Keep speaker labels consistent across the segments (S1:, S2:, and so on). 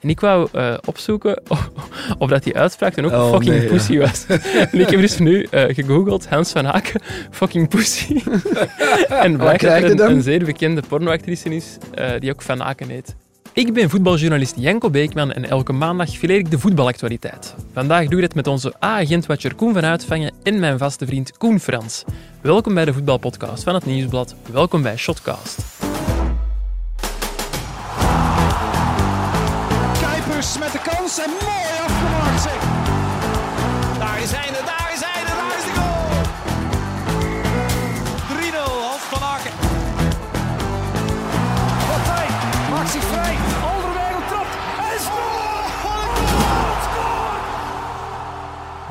S1: En ik wou eh, opzoeken of, of dat die uitspraak toen ook
S2: Oh,
S1: fucking
S2: nee, ja.
S1: pussy was. en ik heb dus nu eh, gegoogeld Hans van Aken, fucking pussy. en blijkt dat
S2: krijg je
S1: er een,
S2: dan?
S1: een zeer bekende pornoactrice is eh, die ook van Aken heet. Ik ben voetbaljournalist Janko Beekman en elke maandag fileer ik de voetbalactualiteit. Vandaag doe ik dit met onze A-agent-watcher Koen van Uitvangen en mijn vaste vriend Koen Frans. Welkom bij de voetbalpodcast van het Nieuwsblad. Welkom bij Shotcast.
S3: Kuipers met de kans en mooi afgemaakt zeg. Daar is hij, daar is hij, daar is de goal. 3-0, Hans van Aken. Partij, maakt zich vrij. Alderweireld trapt en scoort. Wat een goal, scoort.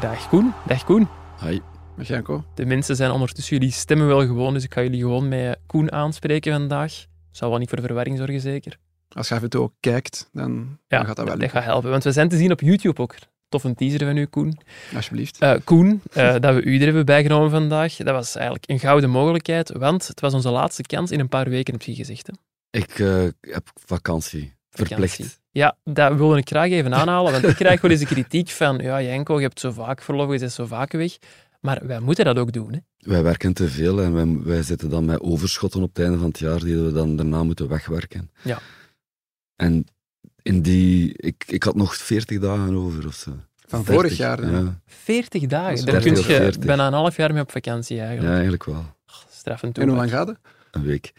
S1: Dag Koen, dag Koen.
S2: Hi, met Janko.
S1: De mensen zijn ondertussen jullie stemmen wel gewoon, dus ik ga jullie gewoon met eh, Koen aanspreken vandaag. Zal wel niet voor verwarring zorgen, zeker.
S2: Als je af en toe ook kijkt, dan, dan gaat dat wel.
S1: dat gaat helpen, want we zijn te zien op YouTube ook. Tof een teaser van u, Koen.
S2: Alsjeblieft.
S1: Eh, Koen, eh, dat we u er hebben bijgenomen vandaag, dat was eigenlijk een gouden mogelijkheid, want het was onze laatste kans in een paar weken, heb je gezegd. Hè?
S4: Ik eh, heb vakantie.
S1: Vakantie.
S4: Verplicht.
S1: Ja, dat wilde ik graag even aanhalen, want ik krijg wel eens de kritiek van, ja, Janko, je hebt zo vaak verlof, je zit zo vaak weg. Maar wij moeten dat ook doen, hè.
S4: Wij werken te veel en wij, wij zitten dan met overschotten op het einde van het jaar die we dan daarna moeten wegwerken.
S1: Ja.
S4: En in die... Ik, ik had nog 40 dagen over of zo.
S2: Van
S4: 30,
S2: vorig jaar dan?
S4: Ja,
S1: 40
S2: Dat is
S1: dagen. Daar
S2: dertig
S1: kun
S2: of
S1: je
S4: 40.
S1: bijna een half jaar mee op vakantie
S4: ja,
S1: eigenlijk.
S4: eigenlijk wel.
S1: Straffend toe.
S2: eh, en hoe lang gaat het?
S4: Een week.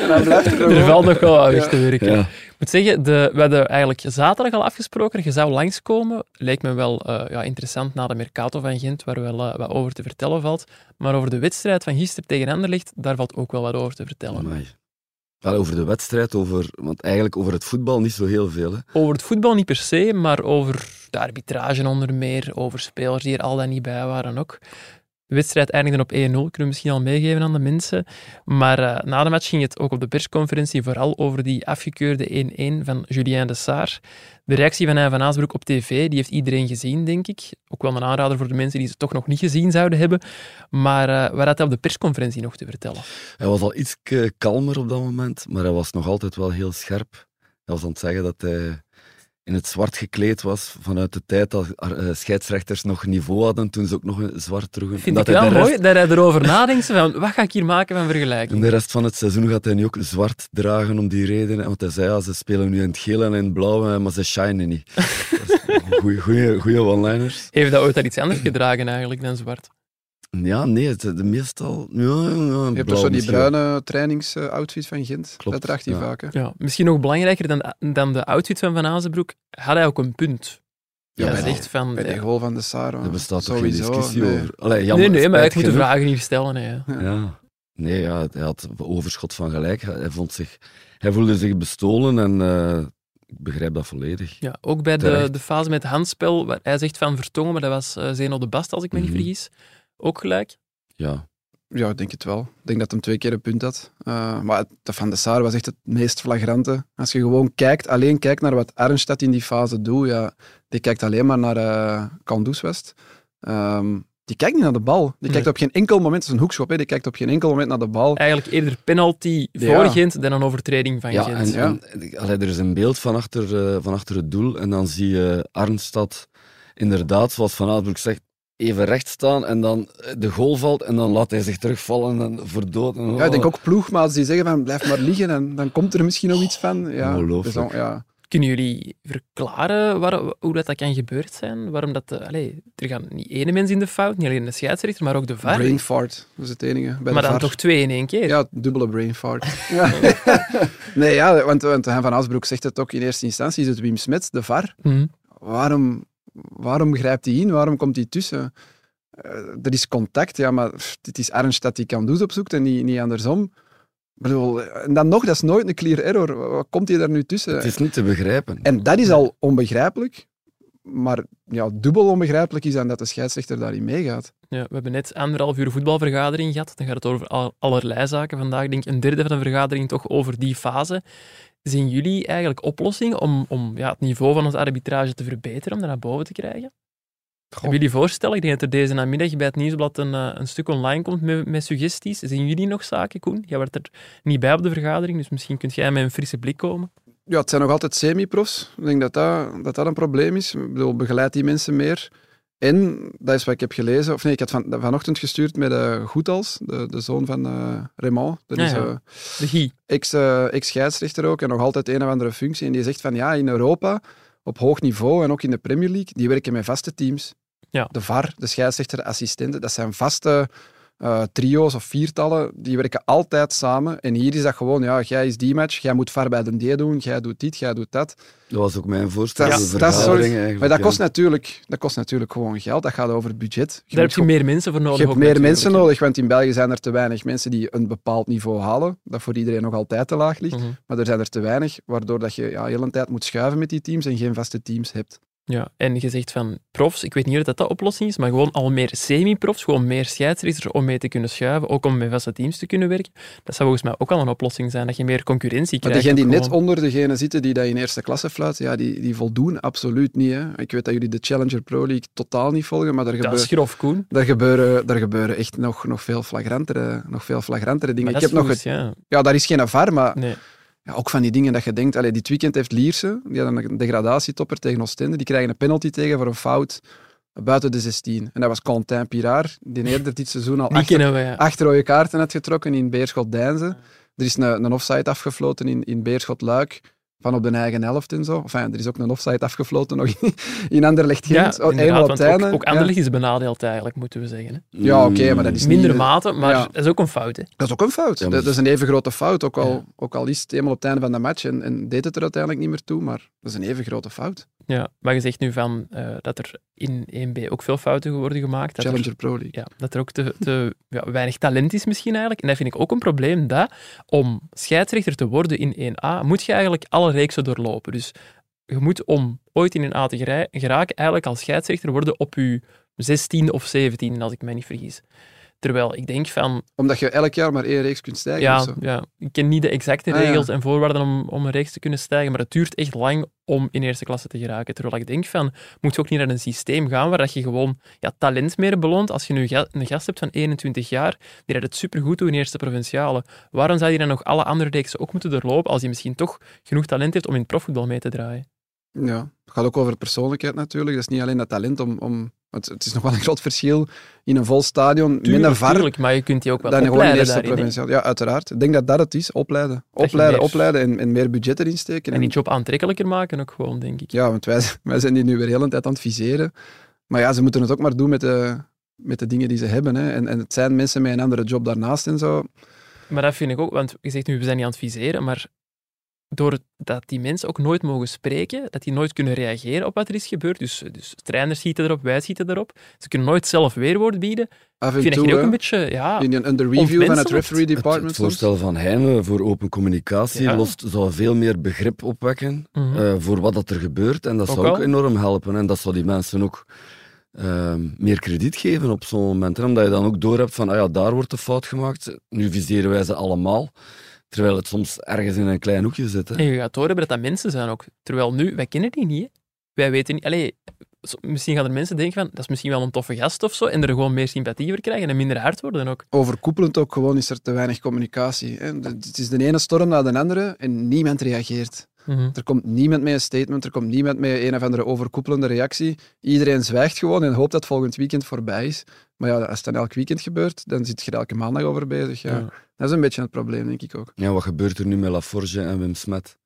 S2: En dan blijft er
S1: Er valt nog wel wat weg te werken.
S4: Ja.
S1: Ik moet zeggen, de, we hadden eigenlijk zaterdag al afgesproken. Je zou langskomen. Leek me wel eh, ja, interessant na de Mercato van Gent, waar wel eh, wat over te vertellen valt. Maar over de wedstrijd van gisteren tegen Anderlecht, daar valt ook wel wat over te vertellen.
S4: Amai. Wel, over de wedstrijd, over, want eigenlijk over het voetbal niet zo heel veel. Hè.
S1: Over het voetbal niet per se, maar over de arbitrage onder meer, over spelers die er al dan niet bij waren ook. De wedstrijd eindigde op 1-0, kunnen we misschien al meegeven aan de mensen. Maar eh, na de match ging het ook op de persconferentie vooral over die afgekeurde 1-1 van Julien de Saar. De reactie van Hein van Aasbroek op tv, die heeft iedereen gezien, denk ik. Ook wel een aanrader voor de mensen die ze toch nog niet gezien zouden hebben. Maar eh wat had hij op de persconferentie nog te vertellen?
S4: Hij was al iets kalmer op dat moment, maar hij was nog altijd wel heel scherp. Hij was aan het zeggen dat hij in het zwart gekleed was vanuit de tijd dat eh, scheidsrechters nog niveau hadden toen ze ook nog een zwart droegen. En
S1: Vind ik
S4: hij
S1: wel
S4: de rest-
S1: mooi dat hij erover nadenkt, van wat ga ik hier maken van vergelijking?
S4: en de rest van het seizoen gaat hij nu ook zwart dragen om die reden. Want hij zei, ja, ze spelen nu in het geel en in het blauw, eh, maar ze shinen niet. Goede one-liners.
S1: Heeft dat ooit al iets anders gedragen eigenlijk dan zwart?
S4: Ja, nee, het, de meestal... Ja, ja, blauw
S2: Je hebt toch zo die
S4: misschien.
S2: bruine trainingsoutfit van Gent?
S4: Klopt,
S2: dat draagt hij
S4: ja.
S2: vaak. hè?
S1: Ja, misschien nog belangrijker dan, dan de outfit van Van Azenbroek, had hij ook een punt.
S4: Ja,
S1: hij
S4: maar
S1: zegt van...
S2: Bij de
S1: Nee,
S2: goal van de Saro.
S4: Er bestaat toch geen
S2: Sowieso, eh,
S4: discussie
S2: nee.
S4: over. Allee,
S1: nee,
S4: jammer,
S1: maar ik
S4: spijt
S1: moet de
S4: genoeg.
S1: vragen niet stellen. hè.
S4: Ja. Nee, ja, hij had overschot van gelijk. Hij, hij vond zich, hij voelde zich bestolen en eh, ik begrijp dat volledig.
S1: Ja, ook bij de,
S4: Terecht.
S1: de fase met het handspel, waar hij zegt van Vertongen, maar dat was eh, Zeno de Bast, als ik me
S4: Mhm.
S1: niet vergis. Ook gelijk.
S4: Ja.
S2: Ja, ik denk het wel. Ik denk dat hem twee keer een punt had. Eh, maar het- dat van de Saar was echt het meest flagrante. Als je gewoon kijkt, alleen kijkt naar wat Arnstad in die fase doet, ja, die kijkt alleen maar naar eh Kanduswest. Ehm, die kijkt niet naar de bal. Die kijkt
S1: Nee.
S2: op geen enkel moment, het is een hoekschop, hè, die kijkt op geen enkel moment naar de bal.
S1: Eigenlijk eerder penalty
S2: Ja.
S1: voor Gent dan een overtreding van
S4: Ja,
S1: Gent.
S4: en, en- allee, er is een beeld van achter, eh, van achter het doel en dan zie je Arnstad inderdaad, zoals Van Aardbroek zegt, even recht staan en dan eh, de goal valt en dan laat hij zich terugvallen en verdood. En, oh.
S2: Ja, ik denk
S1: Oh.
S2: ook ploegmaats die zeggen van blijf maar liggen en dan komt er misschien nog iets van. Ja,
S4: Ongelooflijk.
S2: dus dan- ja.
S1: Kunnen jullie verklaren waar- hoe dat, dat kan gebeurd zijn? Waarom dat... de- allee, er gaan niet ene mens in de fout, niet alleen de scheidsrechter, maar ook de VAR.
S2: Brain fart, dat is het enige. Bij de
S1: maar dan
S2: VAR.
S1: toch twee in één keer.
S2: Ja, dubbele brain fart. Ja. nee, ja, want, want Han van Asbroek zegt het ook in eerste instantie, is het Wim Smits, de VAR.
S1: Mhm.
S2: Waarom, waarom grijpt hij in? Waarom komt hij tussen? Eh, er is contact, ja, maar pff, het is Arnstad die Kandus opzoekt en niet, niet andersom. Ik bedoel, en dan nog, dat is nooit een clear error. Wa- Wat komt hij daar nu tussen?
S4: Het is niet te begrijpen.
S2: eh, En dat is al onbegrijpelijk. Maar ja, dubbel onbegrijpelijk is dan dat de scheidsrechter daarin meegaat.
S1: Ja, we hebben net anderhalf uur voetbalvergadering gehad. Dan gaat het over al- allerlei zaken. Vandaag denk ik een derde van de vergadering toch over die fase. Zien jullie eigenlijk oplossingen om, om ja, het niveau van onze arbitrage te verbeteren, om dat naar boven te krijgen? Hebben jullie voorstellen? Ik denk dat er deze namiddag bij het Nieuwsblad een, eh, een stuk online komt met, met suggesties. Zien jullie nog zaken, Koen? Jij werd er niet bij op de vergadering, dus misschien kunt jij met een frisse blik komen.
S2: ja, het zijn nog altijd semi-profs. Ik denk dat dat, dat dat een probleem is. Ik bedoel, begeleid die mensen meer. En, dat is wat ik heb gelezen, of nee, ik had van, vanochtend gestuurd met eh Goethals, de, de zoon van eh Raymond. Dat
S1: Ja,
S2: is
S1: ja.
S2: eh,
S1: De Guy.
S2: ex, eh, ex-scheidsrechter ook en nog altijd een of andere functie. En die zegt van ja, in Europa, op hoog niveau en ook in de Premier League, die werken met vaste teams.
S1: Ja.
S2: De VAR, de scheidsrechter, de assistenten, dat zijn vaste eh, trio's of viertallen. Die werken altijd samen. En hier is dat gewoon, ja, jij is die match, jij moet VAR bij de D doen, jij doet dit, jij doet dat.
S4: Dat was ook mijn voorstel.
S2: Dat
S4: de
S2: is- dat is
S4: vergadering
S2: sorry,
S4: eigenlijk,
S2: Maar dat
S4: ja.
S2: kost, natuurlijk, dat kost natuurlijk gewoon geld. Dat gaat over budget.
S1: Daar
S2: moet
S1: heb je meer mensen voor nodig.
S2: je hebt
S1: ook
S2: meer
S1: natuurlijk,
S2: mensen
S1: hè.
S2: nodig, want in België zijn er te weinig mensen die een bepaald niveau halen, dat voor iedereen nog altijd te laag ligt.
S1: Mhm.
S2: Maar er zijn er te weinig, waardoor dat je ja, heel een tijd moet schuiven met die teams en geen vaste teams hebt.
S1: Ja, en je zegt van profs, ik weet niet of dat dat oplossing is, maar gewoon al meer semi-profs, gewoon meer scheidsrechters om mee te kunnen schuiven, ook om met vaste teams te kunnen werken. Dat zou volgens mij ook al een oplossing zijn, dat je meer concurrentie
S2: Maar
S1: krijgt.
S2: degenen die
S1: ook
S2: net
S1: gewoon.
S2: onder degene zitten die dat in eerste klasse fluiten, ja, die, die voldoen absoluut niet. Hè. Ik weet dat jullie de Challenger Pro League totaal niet volgen, maar daar,
S1: Dat is
S2: gebeur-
S1: grof, Koen.
S2: daar, gebeuren, daar gebeuren echt nog, nog, veel, flagrantere, nog veel flagrantere dingen.
S1: Maar
S2: Ik
S1: dat is
S2: heb nog het, Ah,
S1: volgens- ja.
S2: ja, daar is geen ervaar, maar
S1: Nee.
S2: Ja, ook van die dingen dat je denkt. Allee, dit weekend heeft Lierse, die hadden een degradatietopper tegen Oostende, die krijgen een penalty tegen voor een fout buiten de 16. En dat was Quentin Piraar, die eerder dit seizoen al
S1: Die
S2: acht,
S1: kennen we, ja.
S2: acht rode kaarten had getrokken in Beerschot-Deinze. Er is een, een offside afgefloten in, in Beerschot-Luik, van op de eigen helft en zo. Enfin, er is ook een offside afgefloten nog in, in
S1: Ja,
S2: Anderlecht-Gent.
S1: inderdaad,
S2: eenmaal
S1: want
S2: het einde.
S1: ook, ook
S2: Ja.
S1: Anderlecht is benadeeld eigenlijk, moeten we zeggen. hè.
S2: Ja, oké, maar dat eh, is niet-
S1: Minder
S2: eh,
S1: mate, maar
S2: ja.
S1: dat is ook een fout. Hè.
S2: Dat is ook een fout.
S4: Ja, maar-
S2: dat, dat is een even grote fout, ook al,
S1: Ja.
S2: ook al is het eenmaal op het einde van de match en, en deed het er uiteindelijk niet meer toe, maar dat is een even grote fout.
S1: Ja, maar je zegt nu van, eh, dat er in 1B ook veel fouten worden gemaakt. Dat er,
S2: Challenger Pro League.
S1: ja, dat er ook te, te ja, weinig talent is misschien eigenlijk. En dat vind ik ook een probleem, dat om scheidsrechter te worden in 1A, moet je eigenlijk alle reeksen doorlopen. Dus je moet om ooit in 1A te gerij- geraken, eigenlijk als scheidsrechter worden op je 16 of 17, als ik mij niet vergis. Terwijl ik denk van,
S2: Omdat je elk jaar maar één reeks kunt stijgen. of
S1: Ja,
S2: zo.
S1: ja, ik ken niet de exacte
S2: Ah, ja.
S1: regels en voorwaarden om, om rechts te kunnen stijgen, maar het duurt echt lang om in eerste klasse te geraken. Terwijl ik denk van, moet je ook niet naar een systeem gaan waar dat je gewoon ja, talent meer beloont. Als je nu ga- een gast hebt van 21 jaar, die dat het supergoed doet in eerste provinciale, waarom zou die dan nog alle andere reeksen ook moeten doorlopen als die misschien toch genoeg talent heeft om in het profvoetbal mee te draaien?
S2: Ja. Het gaat ook over persoonlijkheid natuurlijk. Dat is niet alleen dat talent om... om het, het is nog wel een groot verschil in een vol stadion, minder
S1: Tuurlijk,
S2: var
S1: tuurlijk, maar je kunt die ook wel
S2: dan gewoon in
S1: opleiden
S2: eerste
S1: daarin. hè.
S2: provinciaal. Ja, uiteraard. Ik denk dat dat het is. Opleiden.
S1: je
S2: Opleiden,
S1: meer-
S2: opleiden en, en meer budget erin steken.
S1: En die job aantrekkelijker maken ook gewoon, denk ik.
S2: Ja, want wij, wij zijn die nu weer heel een tijd aan het viseren. Maar ja, ze moeten het ook maar doen met de, met de dingen die ze hebben. Hè. En, en het zijn mensen met een andere job daarnaast en zo.
S1: Maar dat vind ik ook, want je zegt nu, we zijn niet aan het viseren, maar doordat die mensen ook nooit mogen spreken, dat die nooit kunnen reageren op wat er is gebeurd, dus, dus trainers schieten erop, wij schieten erop, ze kunnen nooit zelf weerwoord bieden,
S2: Af en
S1: vind ik
S2: toe,
S1: hier ook
S2: hè,
S1: een beetje, ja...
S2: in die under review van het
S1: ontmenselijkt.
S2: referee
S4: Het- Het,
S2: department. soms.
S4: voorstel van Heijnen voor open communicatie
S1: Ja.
S4: lost, zou veel meer begrip opwekken
S1: mhm.
S4: eh, voor wat dat er gebeurt. En dat
S1: Ook
S4: zou ook
S1: al.
S4: enorm helpen. En dat zou die mensen ook ehm, meer krediet geven op zo'n moment. En omdat je dan ook doorhebt van, ah ja, daar wordt de fout gemaakt. Nu viseren wij ze allemaal. Terwijl het soms ergens in een klein hoekje zit. Hè.
S1: En je gaat doorhebben dat dat mensen zijn ook. Terwijl nu, wij kennen die niet. hè. Wij weten niet... Allee, so- misschien gaan er mensen denken van, dat is misschien wel een toffe gast of zo, en er gewoon meer sympathie voor krijgen en minder hard worden ook.
S2: overkoepelend ook gewoon is er te weinig communicatie. Hè. De- Het is de ene storm na de andere en niemand reageert.
S1: Mhm.
S2: Er komt niemand met een statement, er komt niemand met een of andere overkoepelende reactie. Iedereen zwijgt gewoon en hoopt dat volgend weekend voorbij is. Maar ja, als het dan elk weekend gebeurt, dan zit je er elke maandag over bezig. Ja.
S1: Ja.
S2: Dat is een beetje het probleem, denk ik ook.
S4: Ja, wat gebeurt er nu met Laforge en Wim Smet?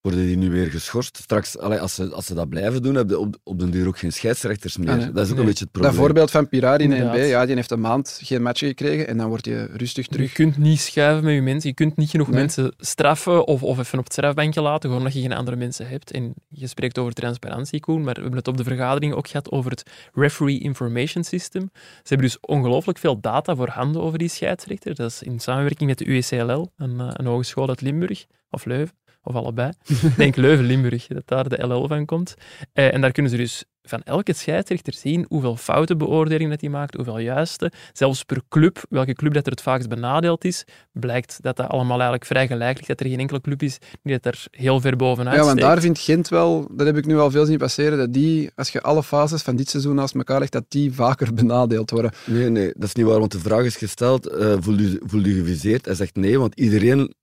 S4: Worden die nu weer geschorst? Straks, allee, als, ze, als ze dat blijven doen, heb je op, op den duur ook geen scheidsrechters meer.
S2: Ah, nee.
S4: Dat is ook
S1: Nee.
S4: een beetje het probleem.
S2: Dat voorbeeld van Pirari in 1B,
S1: Inderdaad.
S2: ja, die heeft een maand geen match gekregen en dan wordt hij rustig
S1: Je
S2: terug.
S1: kunt niet schuiven met je mensen. Je kunt niet genoeg
S2: Nee.
S1: mensen straffen of, of even op het strafbankje laten, gewoon omdat je geen andere mensen hebt. En je spreekt over transparantie, Koen, maar we hebben het op de vergadering ook gehad over het Referee Information System. Ze hebben dus ongelooflijk veel data voorhanden over die scheidsrechter. Dat is in samenwerking met de E UECLL, een, eh, een hogeschool uit Limburg, of Leuven, of allebei. Ik denk Leuven-Limburg, dat daar de LL van komt. Eh, en daar kunnen ze dus van elke scheidsrechter zien hoeveel foutenbeoordelingen dat hij maakt, hoeveel juiste. Zelfs per club, welke club dat er het vaakst benadeeld is, blijkt dat dat allemaal eigenlijk vrij gelijk ligt. Dat er geen enkele club is die dat er heel ver bovenuit
S2: Ja, want
S1: steekt.
S2: daar vindt Gent wel, dat heb ik nu al veel zien passeren, dat die, als je alle fases van dit seizoen naast elkaar legt, dat die vaker benadeeld worden.
S4: Nee, nee, dat is niet waar, want de vraag is gesteld, eh voelde, u, voelde u geviseerd? Hij zegt nee, want iedereen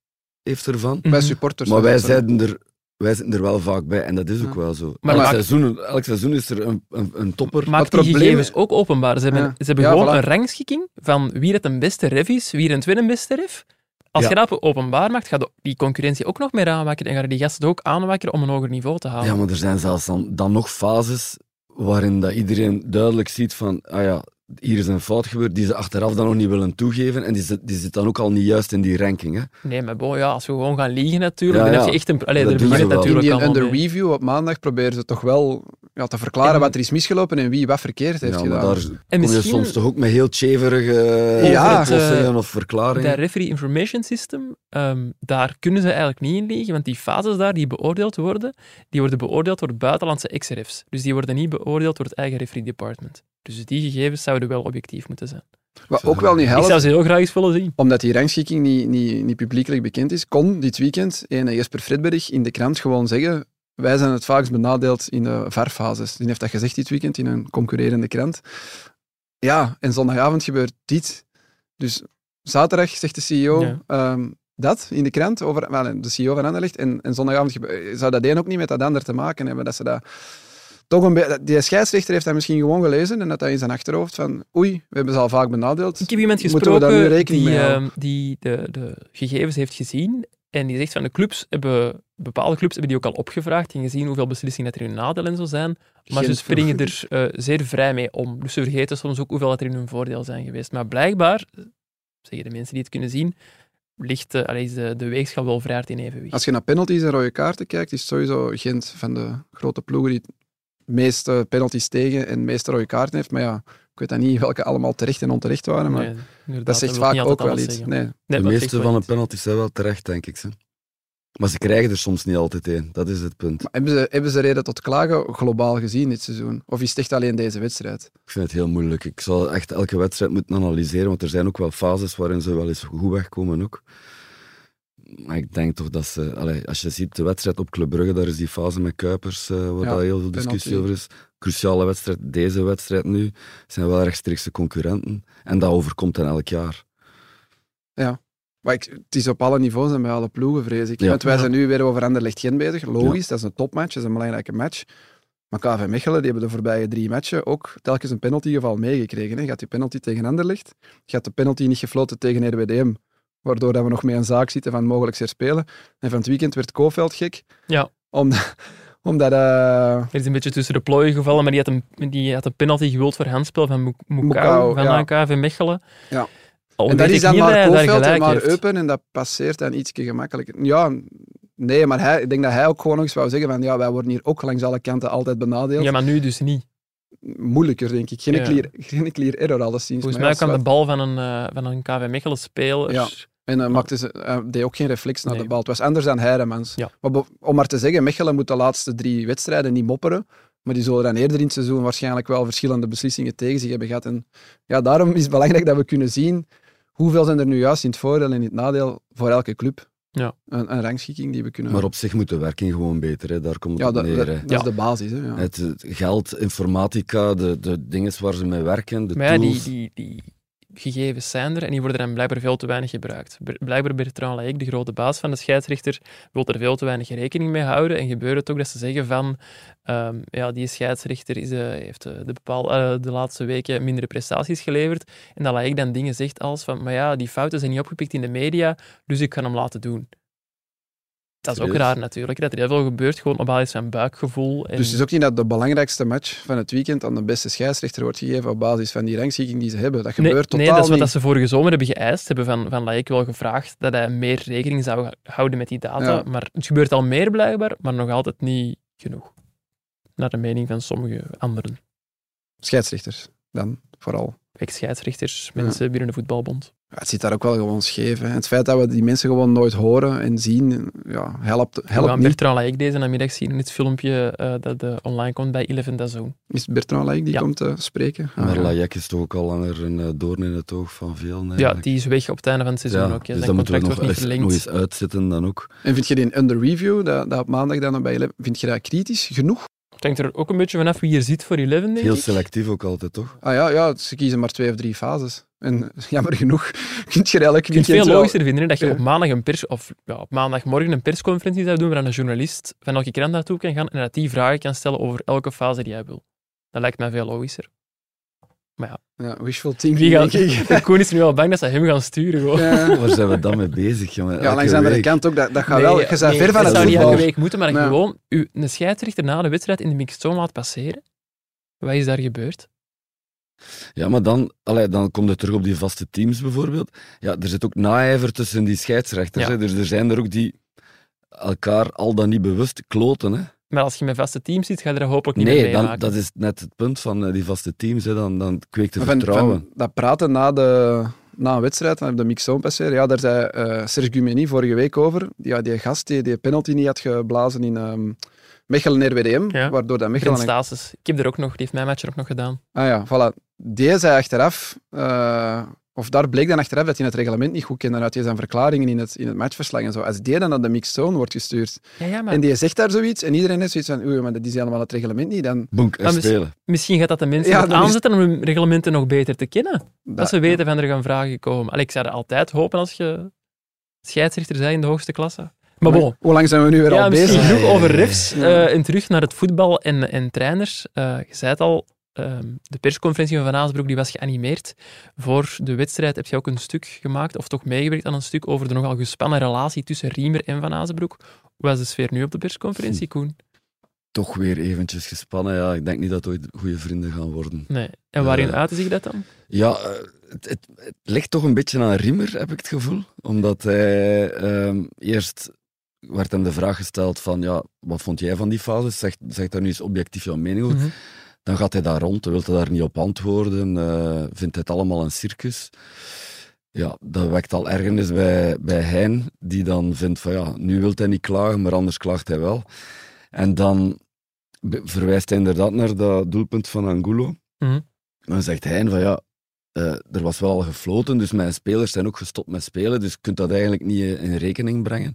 S4: heeft ervan.
S1: Mhm.
S2: Wij supporters.
S4: Maar wij
S2: zijn
S4: zeiden er wij zitten er wel vaak bij en dat is ook wel zo.
S1: Maar
S4: elk,
S1: maakt-
S4: seizoen, elk seizoen is er een, een, een topper.
S1: Maakt
S2: het
S1: die
S2: probleem-
S1: gegevens ook openbaar. Ze hebben,
S2: Ja.
S1: ze hebben
S2: Ja,
S1: gewoon
S2: voilà.
S1: een rangschikking van wie het een beste ref is, wie het een beste ref. Als
S4: Ja.
S1: je dat openbaar maakt, gaat die concurrentie ook nog meer aanwakkeren en gaan die gasten het ook aanwakkeren om een hoger niveau te halen.
S4: Ja, maar er zijn zelfs dan, dan nog fases waarin dat iedereen duidelijk ziet van, ah ja, hier is een fout gebeurd die ze achteraf dan nog niet willen toegeven en die, zit- die zit dan ook al niet juist in die ranking. Hè.
S1: Nee, maar bon, ja, als we gewoon gaan liegen natuurlijk,
S4: Ja,
S1: dan
S4: ja.
S1: heb je echt een... Allee,
S4: Dat
S1: er
S4: doen
S1: begint
S4: ze
S1: het
S4: wel.
S1: natuurlijk
S2: in die
S1: allemaal
S2: under
S1: mee.
S2: review op maandag proberen ze toch wel ja, te verklaren
S1: En-
S2: wat er is misgelopen en wie wat verkeerd heeft
S4: ja, maar
S2: gedaan.
S4: daar
S1: En
S4: kom je
S1: misschien-
S4: soms toch ook met heel cheverige
S2: Ja.
S4: oplossingen
S1: eh,
S4: of verklaringen.
S1: Dat referee information system, ehm, daar kunnen ze eigenlijk niet in liggen, want die fases daar die beoordeeld worden, die worden beoordeeld door buitenlandse ex-refs. Dus die worden niet beoordeeld door het eigen referee department. Dus die gegevens zouden wel objectief moeten zijn.
S2: Wat ook wel niet
S1: Ik
S2: helpt,
S1: zou ze heel graag eens willen zien.
S2: omdat die rangschikking niet, niet, niet publiekelijk bekend is, kon dit weekend een Jesper Fredberg in de krant gewoon zeggen wij zijn het vaakst benadeeld in de varfases. Die heeft dat gezegd dit weekend in een concurrerende krant. Ja, en zondagavond gebeurt dit. Dus zaterdag zegt de CEO
S1: Ja.
S2: ehm, dat in de krant, over, wel, de CEO van Anderlecht, en, en zondagavond gebe- zou dat een ook niet met dat ander te maken hebben, dat ze dat toch een beetje... Die scheidsrechter heeft dat misschien gewoon gelezen en dat dat in zijn achterhoofd van oei, we hebben ze al vaak benadeeld.
S1: Ik heb iemand
S2: Moeten we daar
S1: gesproken
S2: nu rekening
S1: die,
S2: mee houden?
S1: ehm, die de, de gegevens heeft gezien en die zegt van de clubs hebben, bepaalde clubs hebben die ook al opgevraagd en gezien hoeveel beslissingen dat er in hun nadeel en zo zijn, maar
S2: Geen
S1: ze springen er eh, zeer vrij mee om. Dus ze vergeten soms ook hoeveel dat er in hun voordeel zijn geweest. Maar blijkbaar, zeggen de mensen die het kunnen zien, ligt eh, allee, is de, de weegschaal wel vrij hard in evenwicht.
S2: Als je naar penalties en rode kaarten kijkt, is sowieso Gent van de grote ploegen die de meeste penalties tegen en de meeste rode kaarten heeft. Maar ja, ik weet dan niet welke allemaal terecht en onterecht waren, maar
S1: Nee, inderdaad,
S2: dat zegt
S1: wil ik
S2: vaak
S1: niet
S2: ook
S1: altijd
S2: wel
S1: alles
S2: iets.
S1: zeggen.
S2: Nee.
S1: Nee,
S4: de
S1: dat
S4: meeste
S1: zegt wel
S4: van de
S1: iets.
S4: penalties zijn wel terecht, denk ik. Ze. Maar ze krijgen er soms niet altijd een. Dat is het punt.
S2: Maar hebben, ze, hebben ze reden tot klagen globaal gezien dit seizoen? Of is het echt alleen deze wedstrijd?
S4: Ik vind het heel moeilijk. Ik zou echt elke wedstrijd moeten analyseren, want er zijn ook wel fases waarin ze wel eens goed wegkomen ook. Maar ik denk toch dat ze... allee, als je ziet, de wedstrijd op Club Brugge, daar is die fase met Kuipers, eh, waar
S2: Ja,
S4: daar heel veel discussie
S2: penalty.
S4: over is. Cruciale wedstrijd, deze wedstrijd nu, zijn wel rechtstreekse concurrenten. En dat overkomt dan elk jaar.
S2: Maar ik, het is op alle niveaus en bij alle ploegen, vrees ik.
S4: Ja.
S2: Want wij
S1: Ja.
S2: zijn nu weer over Anderlecht Gent bezig. Logisch, dat is een topmatch, dat is een belangrijke match. Maar KV Mechelen, die hebben de voorbije drie matchen ook telkens een penaltygeval meegekregen. Hè. Gaat die penalty tegen Anderlecht? Gaat de penalty niet gefloten tegen RWDM? Waardoor dat we nog mee een zaak zitten van mogelijk zeer spelen. En van het weekend werd Kofeld gek.
S1: Ja.
S2: Omdat... omdat eh,
S1: Er is een beetje tussen de plooien gevallen, maar die had een, die had een penalty gewild voor handspel van Muk- Mukau,
S2: Mukau,
S1: van
S2: ja.
S1: AKV Mechelen.
S2: Ja.
S1: Al
S2: en dat
S1: weet
S2: is
S1: ik
S2: dan
S1: niet dat
S2: maar
S1: hij daar
S2: Kofeld en
S1: gelijk
S2: maar
S1: heeft.
S2: Eupen en dat passeert dan ietsje gemakkelijker. Ja, nee, maar hij, ik denk dat hij ook gewoon nog eens wou zeggen van ja, wij worden hier ook langs alle kanten altijd benadeeld.
S1: Ja, maar nu dus niet.
S2: moeilijker, denk ik. Geen
S1: Ja.
S2: clear, geen clear error, alleszins.
S1: Volgens
S2: Maar
S1: mij
S2: ja,
S1: kwam de
S2: zwart.
S1: bal van een, eh, van een KV Mechelen speler.
S2: Ja. En dan maakte ze, eh, deed ook geen reflex naar
S1: Nee.
S2: de bal. Het was anders dan Heiremans.
S1: Ja.
S2: Maar be- om maar te zeggen, Mechelen moet de laatste drie wedstrijden niet mopperen. Maar die zullen dan eerder in het seizoen waarschijnlijk wel verschillende beslissingen tegen zich hebben gehad. En ja, daarom is het belangrijk dat we kunnen zien hoeveel zijn er nu juist in het voordeel en in het nadeel voor elke club.
S1: Ja.
S2: Een, een rangschikking die we kunnen...
S4: Maar op zich moet de werking gewoon beter. Hè. Daar komt het
S2: ja,
S4: op
S2: dat,
S4: neer.
S2: dat-
S4: hè.
S2: dat
S1: Ja.
S2: is de basis. Hè, ja.
S4: Het het geld, informatica, de, de dingen waar ze mee werken, de
S1: Maar ja, die,
S4: tools.
S1: die, die gegevens zijn er en die worden dan blijkbaar veel te weinig gebruikt. Br- Blijkbaar Bertrand Laïc, de grote baas van de scheidsrechter, wil er veel te weinig rekening mee houden. En gebeurt het ook dat ze zeggen van, ehm, ja, die scheidsrechter is, eh, heeft eh, de, bepaal, eh, de laatste weken mindere prestaties geleverd. En dat Laïc dan dingen zegt als van, maar ja, die fouten zijn niet opgepikt in de media, dus ik ga hem laten doen. Dat is ook
S4: Serieus?
S1: raar natuurlijk, dat er heel veel gebeurt gewoon op basis van buikgevoel. En
S2: Dus het is ook niet dat de belangrijkste match van het weekend aan de beste scheidsrechter wordt gegeven op basis van die rangschikking die ze hebben. Dat
S1: Nee,
S2: gebeurt totaal
S1: nee, dat is wat
S2: niet.
S1: dat ze vorige zomer hebben geëist. Hebben van, van Laik wel gevraagd dat hij meer rekening zou houden met die data.
S2: Ja.
S1: Maar het gebeurt al meer blijkbaar, maar nog altijd niet genoeg. Naar de mening van sommige anderen.
S2: Scheidsrechters dan, vooral.
S1: Ex-scheidsrechters,
S2: Ja.
S1: mensen binnen de voetbalbond.
S2: Ja, het zit daar ook wel gewoon scheef. Hè. Het feit dat we die mensen gewoon nooit horen en zien, ja, helpt,
S1: We
S2: helpt
S1: gaan
S2: niet.
S1: Bertrand Laik deze namiddag zien in het filmpje eh, dat eh, online komt bij Eleven Dazoon.
S2: Is het Bertrand Laik die
S1: Ja.
S2: komt eh, spreken? Ah,
S4: Maar
S2: ja.
S4: Lajek is toch ook al langer een eh, doorn in het oog van veel. eh,
S1: Ja, die is weg op het einde van het seizoen ook. hè.
S4: dus
S1: Zijn
S4: dat moeten we
S1: contract
S4: nog,
S1: wordt niet
S4: eens, nog
S1: verlengd.
S4: eens uitzitten dan ook.
S2: En vind je die under review, dat, dat op maandag dan bij Eleven, vind je dat kritisch genoeg?
S1: Het hangt er ook een beetje vanaf wie hier zit voor Eleven, denk
S4: Heel
S1: ik.
S4: selectief ook altijd, toch?
S2: Ah ja, ja, ze kiezen maar twee of drie fases. En jammer genoeg kun je er elk
S1: Ik vind het
S2: weekend
S1: veel
S2: wel-
S1: logischer vinden hè, dat je
S2: Ja.
S1: op, maandag een pers, of, ja, op maandagmorgen een persconferentie zou doen waar een journalist van elke krant naartoe kan gaan en dat die vragen kan stellen over elke fase die hij wil. Dat lijkt mij veel logischer.
S2: Ja, wishful thinking.
S1: Wie gaat,
S2: denk ik.
S1: Koen is nu al bang dat ze hem gaan sturen. Gewoon.
S2: Ja,
S4: Waar zijn we dan mee bezig, jongen?
S2: ja, langs
S4: Elke
S2: de andere
S4: week.
S2: kant ook. Dat, dat gaat
S1: Nee,
S2: wel. Je bent
S1: nee,
S2: ver van
S1: dat
S2: het
S1: zou niet
S2: voetbal.
S1: elke week moeten, maar dat je
S2: Ja.
S1: gewoon u, een scheidsrechter na de wedstrijd in de mixzone laat passeren. Wat is daar gebeurd?
S4: Ja, maar dan, allee, dan komt het terug op die vaste teams bijvoorbeeld. Ja, er zit ook naijver tussen die scheidsrechters.
S1: Ja.
S4: Hè? Dus er zijn er ook die elkaar al dan niet bewust kloten. Hè?
S1: Maar als je met vaste teams zit, ga je er hopelijk niet
S4: Nee,
S1: mee
S4: dan,
S1: maken.
S4: dat is net het punt van eh, die vaste teams. Hè? Dan, dan kweekt het
S2: Van- van
S4: vertrouwen.
S2: dat praten na, de, na een wedstrijd, dan heb je de mixzone passeren. Ja, daar zei eh Serge Gumeni vorige week over. Ja, die gast die die penalty niet had geblazen in ehm Mechelen RWDM,
S1: Ja.
S2: waardoor dat Mechelen...
S1: Prins Stasis. Ik heb er ook nog, die heeft mijn match er ook nog gedaan.
S2: Ah ja, voilà. Die zei achteraf, eh, of daar bleek dan achteraf dat hij het reglement niet goed kende uit die zijn verklaringen in het, in het matchverslag en zo. Als die dan naar de mixzone wordt gestuurd
S1: Ja, ja, maar
S2: en die zegt daar zoiets en iedereen heeft zoiets van oei, maar dat is helemaal het reglement niet, dan...
S4: Boenk, en
S1: Dan is-
S4: spelen.
S1: misschien gaat dat de mensen
S2: Ja,
S1: wat
S2: dan is-
S1: aanzetten om hun reglementen nog beter te kennen. Dat
S2: dat-
S1: ze weten van er gaan vragen komen. Allee, ik zou er altijd hopen als je scheidsrechter bent in de hoogste klasse. Maar bon,
S2: Hoe lang zijn we nu weer
S1: ja,
S2: al
S1: misschien
S4: Ja,
S2: bezig?
S4: ja,
S1: genoeg
S4: ja,
S1: over
S4: ja.
S1: refs eh, en terug naar het voetbal en, en trainers. Eh, je zei het al, ehm, de persconferentie van Van Aasbroek die was geanimeerd. Voor de wedstrijd heb je ook een stuk gemaakt, of toch meegewerkt aan een stuk, over de nogal gespannen relatie tussen Riemer en Van Aasbroek. Hoe was de sfeer nu op de persconferentie, Koen?
S4: Toch weer eventjes gespannen. Ja, ik denk niet dat we ooit goede vrienden gaan worden.
S1: Nee. En waarin
S4: Eh,
S1: uitte zich dat dan?
S4: Ja, eh, het, het, het ligt toch een beetje aan Riemer, heb ik het gevoel. Omdat hij ehm, eerst werd hem de vraag gesteld van, ja, wat vond jij van die fase? Zeg, zeg daar nu eens objectief jouw mening over.
S1: Mhm.
S4: Dan gaat hij daar rond, hij wil daar niet op antwoorden, eh, vindt hij het allemaal een circus. Ja, dat wekt al ergernis bij, bij Hein, die dan vindt van ja, nu wil hij niet klagen, maar anders klaagt hij wel. En dan be- verwijst hij inderdaad naar dat doelpunt van Angulo.
S1: Mhm.
S4: Dan zegt Hein van ja, eh, er was wel al gefloten, dus mijn spelers zijn ook gestopt met spelen, dus je kunt dat eigenlijk niet eh, in rekening brengen.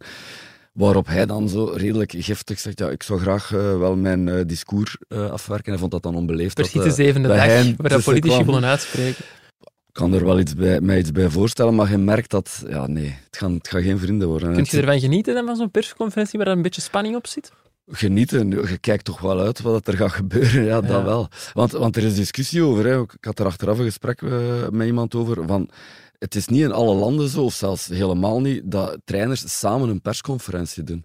S4: Waarop hij dan zo redelijk giftig zegt, ja, ik zou graag eh, wel mijn eh, discours eh, afwerken. Hij vond dat dan onbeleefd. dat,
S1: Precies de
S4: eh,
S1: zevende
S4: bij
S1: dag,
S4: hen
S1: waar dat politici
S4: tussenkwam.
S1: willen uitspreken.
S4: kan er wel iets bij, mij iets bij voorstellen, maar je merkt dat, ja, nee, het gaan, het gaan geen vrienden worden. En
S1: Kun
S4: het-
S1: je ervan genieten dan van zo'n persconferentie waar er een beetje spanning op zit?
S4: genieten. Je kijkt toch wel uit wat er gaat gebeuren. Ja,
S1: Ja.
S4: dat wel. Want, want er is discussie over. Hè. Ik had er achteraf een gesprek eh, met iemand over. Van, het is niet in alle landen zo, of zelfs helemaal niet, dat trainers samen een persconferentie doen.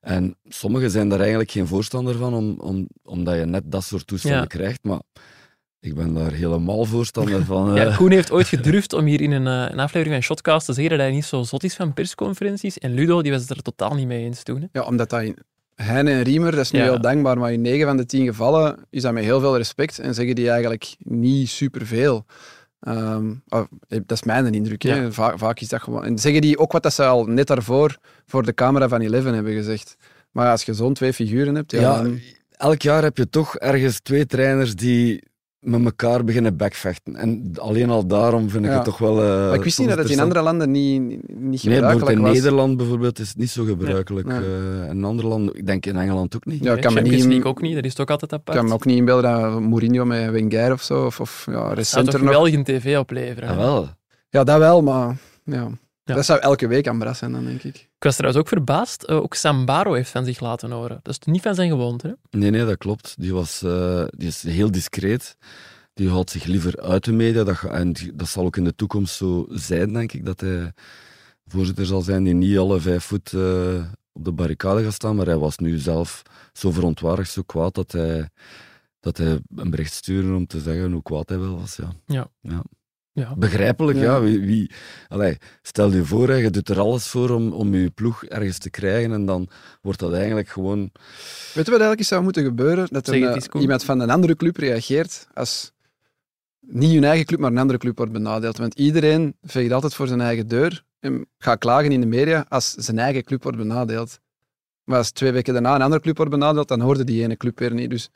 S4: En sommigen zijn daar eigenlijk geen voorstander van, om, om, omdat je net dat soort toestanden
S1: Ja.
S4: krijgt. Maar ik ben daar helemaal voorstander van. eh.
S1: Ja, Koen heeft ooit gedurfd om hier in een, eh, een aflevering van Shotcast te zeggen dat hij niet zo zot is van persconferenties. En Ludo, die was het er totaal niet mee eens toen. hè.
S2: Ja, omdat dat in Hein en Riemer, dat is nu
S1: Ja.
S2: heel dankbaar, maar in 9 van de 10 gevallen is dat met heel veel respect en zeggen die eigenlijk niet superveel. Ehm, of, eh, dat is mijn indruk. hè.
S1: Ja.
S2: Va- vaak is dat gewoon. En zeggen die ook wat dat ze al net daarvoor voor de camera van Eleven hebben gezegd. Maar als je zo'n twee figuren hebt, ja,
S4: Ja,
S1: eh,
S2: dan-
S4: elk jaar heb je toch ergens twee trainers die met elkaar beginnen backvechten. En alleen al daarom vind ik
S2: Ja.
S4: het toch wel. eh,
S2: Maar ik wist
S4: soms
S2: niet dat het in
S4: interessant.
S2: andere landen niet, niet- niet
S4: Nee, bijvoorbeeld
S2: gebruikelijk
S4: in
S2: was.
S4: Nederland bijvoorbeeld is het niet zo gebruikelijk.
S2: Nee.
S4: eh, in andere landen, ik denk in Engeland ook niet.
S2: Ja, ik kan me
S1: Eh, Champions
S2: niet-
S1: League ook niet, dat is toch altijd
S2: Ik
S1: apart.
S2: kan me ook niet inbeelden dat Mourinho met Wenger of zo, of, of ja,
S1: dat zou toch
S2: recenter nog.
S1: geweldig een tv opleveren. hè.
S4: Ah, wel.
S2: Ja, dat wel, maar ja.
S1: Ja.
S2: dat zou elke week aan Bras zijn, dan denk ik.
S1: Ik was trouwens ook verbaasd, eh, ook Sambaro heeft van zich laten horen. Dat is niet van zijn gewoonte. Hè?
S4: Nee, nee, dat klopt. Die, was, eh, die is heel discreet. Die houdt zich liever uit de media. Dat, ga- en die- dat zal ook in de toekomst zo zijn, denk ik. Dat hij voorzitter zal zijn die niet alle vijf voet eh, op de barricade gaat staan. Maar hij was nu zelf zo verontwaardigd, zo kwaad, dat hij, dat hij een bericht stuurde om te zeggen hoe kwaad hij wel was. Ja.
S1: Ja.
S4: ja.
S1: Ja.
S4: Begrijpelijk, ja.
S2: Ja.
S4: Wie, wie, allee, stel je voor, hè, je doet er alles voor om, om je ploeg ergens te krijgen. En dan wordt dat eigenlijk gewoon...
S2: Weet je wat eigenlijk eens zou moeten gebeuren?
S1: Zeg
S2: Dat er
S1: het
S2: een, eh,
S1: eens, Koen.
S2: iemand van een andere club reageert als niet hun eigen club, maar een andere club wordt benadeeld. Want iedereen veegt altijd voor zijn eigen deur en gaat klagen in de media als zijn eigen club wordt benadeeld. Maar als twee weken daarna een andere club wordt benadeeld, dan hoorde die ene club weer niet. Dus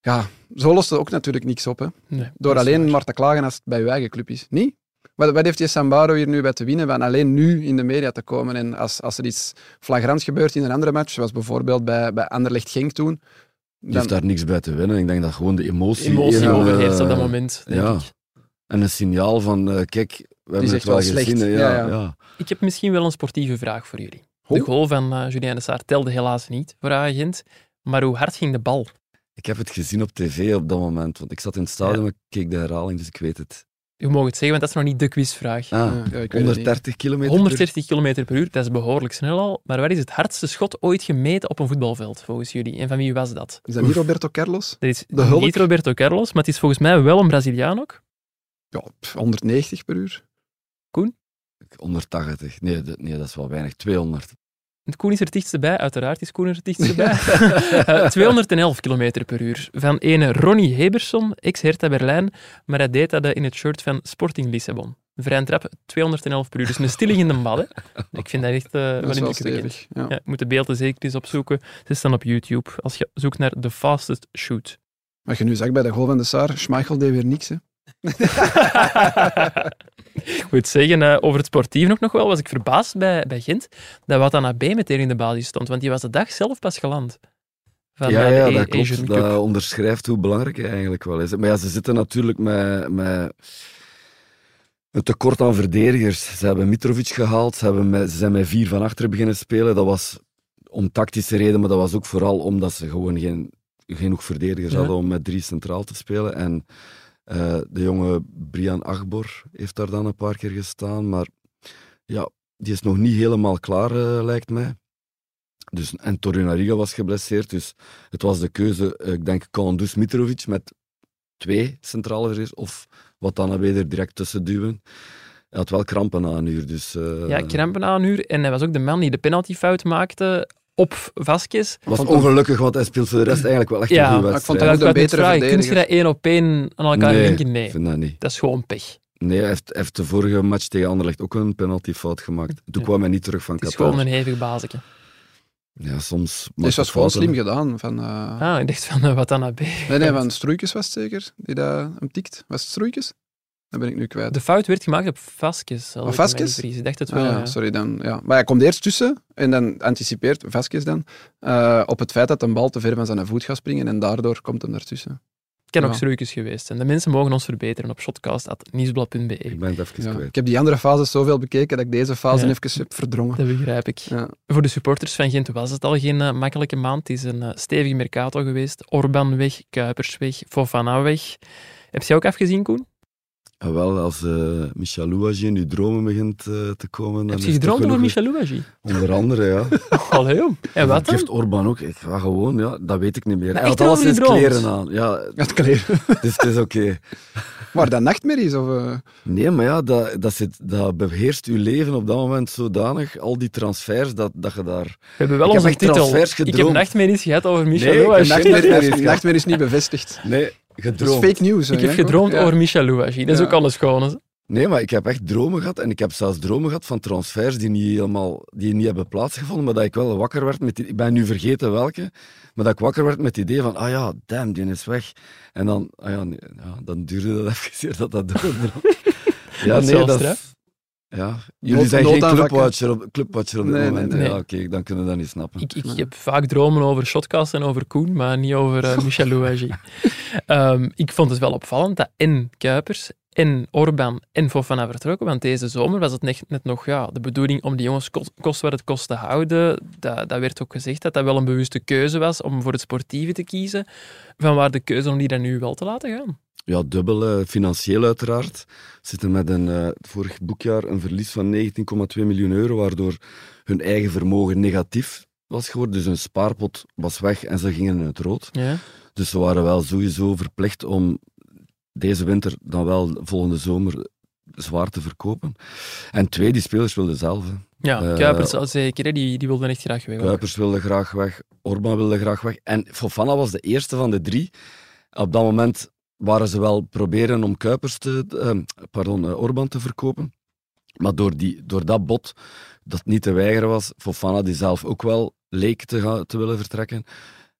S2: ja, zo lost het ook natuurlijk niks op. Hè.
S1: Nee, dat
S2: Door
S1: is
S2: alleen
S1: waar.
S2: maar te klagen als het bij je eigen club is. Niet? Wat, wat heeft die Sambaro hier nu bij te winnen? Van alleen nu in de media te komen. En als, als er iets flagrants gebeurt in een andere match, zoals bijvoorbeeld bij, bij Anderlecht-Genk toen...
S4: Je
S2: Dan,
S4: heeft daar niks bij te winnen. Ik denk dat gewoon de emotie...
S1: emotie
S4: eerder,
S1: overheerst op dat
S4: eh,
S1: moment, denk
S4: ja.
S1: ik.
S4: En een signaal van, eh, kijk, we hebben
S2: echt
S4: het wel
S2: wel slecht.
S4: gezien. hè, Ja,
S2: Ja,
S4: ja,
S2: ja.
S1: Ik heb misschien wel een sportieve vraag voor jullie. De
S2: Ho.
S1: goal van eh, Julien de Saar telde helaas niet voor Agent. Maar hoe hard ging de bal?
S4: Ik heb het gezien op tv op dat moment, want ik zat in het stadion, maar ik keek de herhaling, dus ik weet het.
S1: U mag het zeggen, want dat is nog niet de quizvraag.
S4: Ah,
S2: Ja, ik weet het niet.
S4: 130 kilometer per-
S1: 130 km per uur, dat is behoorlijk snel al. Maar wat is het hardste schot ooit gemeten op een voetbalveld, volgens jullie? En van wie was dat?
S2: Is dat niet Roberto Carlos?
S1: Dat is
S2: De Hulk?
S1: niet Roberto Carlos, maar het is volgens mij wel een Braziliaan ook.
S2: Ja, pff, 190 per uur.
S4: 180. Nee, dat- nee, dat is wel weinig. 200.
S1: En Koen is er het dichtst bij, uiteraard is Koen er het dichtst bij. Eh, 211 km per uur. Van ene Ronnie Heberson, ex-Hertha Berlijn, maar hij deed dat eh, in het shirt van Sporting Lissabon. Een Vrij trap, 211 per uur. Dus een stilling in de bal, hè. Ik vind dat echt eh wel
S2: Dat is wel
S1: indrukwekkend.
S2: stevig. Ja.
S1: Ja, je moet de beelden zeker eens opzoeken. Ze staan op YouTube. Als je zoekt naar The Fastest Shoot.
S2: Wat je nu zegt bij de goal van de Saar, Schmeichel deed weer niks. Hè.
S1: ik moet zeggen, eh, over het sportief nog, nog wel, was ik verbaasd bij, bij Gent dat Watana B meteen in de basis stond, want die was de dag zelf pas geland. Van,
S4: ja,
S1: eh, de
S4: ja,
S1: A-
S4: dat klopt.
S1: Asian Cup.
S4: Dat onderschrijft hoe belangrijk hij eigenlijk wel is. Maar ja, ze zitten natuurlijk met, met een tekort aan verdedigers. Ze hebben Mitrovic gehaald, ze, hebben met- ze zijn met vier van achter beginnen spelen. Dat was om tactische reden, maar dat was ook vooral omdat ze gewoon geen, genoeg verdedigers
S1: Ja.
S4: hadden om met drie centraal te spelen. En eh, de jonge Brian Agbor heeft daar dan een paar keer gestaan, maar ja, die is nog niet helemaal klaar, eh, lijkt mij. Dus, en Torunariga was geblesseerd, dus het was de keuze, eh, ik denk, Kandus Mitrovic met twee centrale verdedigers of wat dan eh, weer er direct tussen duwen. Hij had wel krampen na een uur, dus... eh,
S1: Ja, krampen aan een uur. En hij was ook de man die de penaltyfout maakte op Vasquez.
S4: was
S2: vond hem-
S4: ongelukkig, want hij speelt voor de rest eigenlijk wel echt
S1: Ja,
S4: een goede
S1: maar
S2: ik vond
S4: wedstrijd.
S2: hem
S1: Terwijl
S2: ook
S1: ik
S2: een
S1: wou net
S2: betere
S1: vragen, Kun je
S2: verdediger.
S1: dat één op één aan elkaar
S4: nee,
S1: linken? Nee.
S4: ik vind dat niet.
S1: Dat is gewoon pech.
S4: Nee, hij heeft, hij heeft de vorige match tegen Anderlecht ook een penaltyfout gemaakt. Toen kwam hij niet terug van
S1: Het is
S4: Qatar.
S1: gewoon een hevig bazeke.
S4: Ja, soms... maakt
S2: Dus dat
S4: het
S2: was gewoon
S4: fouten,
S2: slim
S4: hè.
S2: gedaan. Van, eh,
S1: Ah, ik dacht van eh, Watana B.
S2: Nee, nee, van Stroeikens was het zeker, die dat hem tikt. Was het Stroeikens? Dat ben ik nu kwijt.
S1: De fout werd gemaakt op Vasquez.
S2: Op Vasquez?
S1: Ik dacht het
S2: Ah,
S1: wel.
S2: ja,
S1: ja.
S2: Sorry, dan, ja. Maar hij komt eerst tussen en dan anticipeert Vasquez dan eh, op het feit dat een bal te ver van zijn voet gaat springen en daardoor komt hem ertussen.
S1: Het kan ook
S2: Ja.
S1: struikjes geweest zijn. De mensen mogen ons verbeteren op shotcast.nieuwsblad.be.
S4: Ik ben het even
S2: Ja.
S4: kwijt.
S2: Ik heb die andere fases zoveel bekeken dat ik deze fase
S1: Ja.
S2: even heb verdrongen.
S1: Dat begrijp ik.
S2: Ja.
S1: Voor de supporters van Gent was het al geen eh, makkelijke maand. Het is een eh, stevige mercato geweest. Orban weg, Kuipers weg, Fofana weg. Heb jij ook afgezien, Koen?
S4: Ah, wel, als eh Michel Louagie in je dromen begint eh, te komen... dan
S1: Heb
S4: is
S1: je
S4: het
S1: gedroomd
S4: toch
S1: over Michel
S4: genoeg-
S1: Louagie?
S4: Onder andere, ja.
S1: Allee, jong. En wat
S4: Dat
S1: dan?
S4: heeft Orban ook. Ik ga gewoon, ja, dat weet ik niet meer. Hij
S1: echt
S4: had alles
S1: over
S4: in
S1: die drones?
S4: kleren aan. Ja,
S2: Dat kleren.
S4: dus het is oké.
S2: Maar dat nachtmerries? Of, eh,
S4: Nee, maar ja, dat, dat, zit, dat beheerst uw leven op dat moment zodanig. Al die transfers, dat, dat je daar...
S1: We hebben wel
S4: Ik heb
S1: onze
S4: echt
S1: titel.
S4: transfers
S1: Ik heb
S4: gedroomd.
S1: nachtmerries gehad over Michel
S4: Nee, ik heb
S1: Louagie.
S2: nachtmerries, nachtmerries niet bevestigd.
S4: Nee,
S2: Dat is
S4: gedroomd.
S2: fake news. hè,
S1: Ik heb
S2: Janko?
S1: gedroomd
S2: Ja.
S1: over Michel Louagie. Dat is
S2: Ja.
S1: ook alles schoon.
S4: Nee, maar ik heb echt dromen gehad. En ik heb zelfs dromen gehad van transfers die niet helemaal die niet hebben plaatsgevonden. Maar dat ik wel wakker werd met... die- ik ben nu vergeten welke. Maar dat ik wakker werd met het idee van... Ah ja, damn, die is weg. En dan... Ah ja, nee, ja, dan duurde dat even zeer dat dat doordrong. Ja,
S1: Dat is wel straf.
S4: Ja, jullie
S2: Nood-
S4: zijn geen
S2: noodaanvakken.
S4: clubwatcher op, clubwatcher op dit
S2: Nee, nee,
S4: moment. hè.
S1: nee.
S4: Ja, oké, dan kunnen we dat niet snappen.
S1: Ik, ik heb vaak dromen over Shotcast en over Koen, maar niet over eh, Michel Louagie. Ehm, ik vond het wel opvallend dat en Kuipers, en Orban, en Fofana vertrokken. Want deze zomer was het net, net nog ja, de bedoeling om die jongens kost, kost wat het kost te houden. Dat, dat werd ook gezegd dat dat wel een bewuste keuze was om voor het sportieve te kiezen. Vanwaar de keuze om die dan nu wel te laten gaan.
S4: Ja, dubbel. eh, financieel uiteraard. Ze Zitten met een, eh, vorig boekjaar een verlies van 19,2 miljoen euro, waardoor hun eigen vermogen negatief was geworden. Dus hun spaarpot was weg en ze gingen in het rood.
S1: Ja.
S4: Dus ze waren wel sowieso verplicht om deze winter, dan wel volgende zomer, zwaar te verkopen. En twee, die spelers wilden zelf. hè.
S1: Ja,
S4: Eh,
S1: Kuipers al zeker, hè, die, die wilde echt graag weg. hoor.
S4: Kuipers wilde graag weg, Orban wilde graag weg. En Fofana was de eerste van de drie. Op dat moment waren ze wel proberen om Kuipers te, eh, pardon, eh, Orban te verkopen. Maar door, die, door dat bod dat niet te weigeren was, Fofana die zelf ook wel leek te, gaan, te willen vertrekken.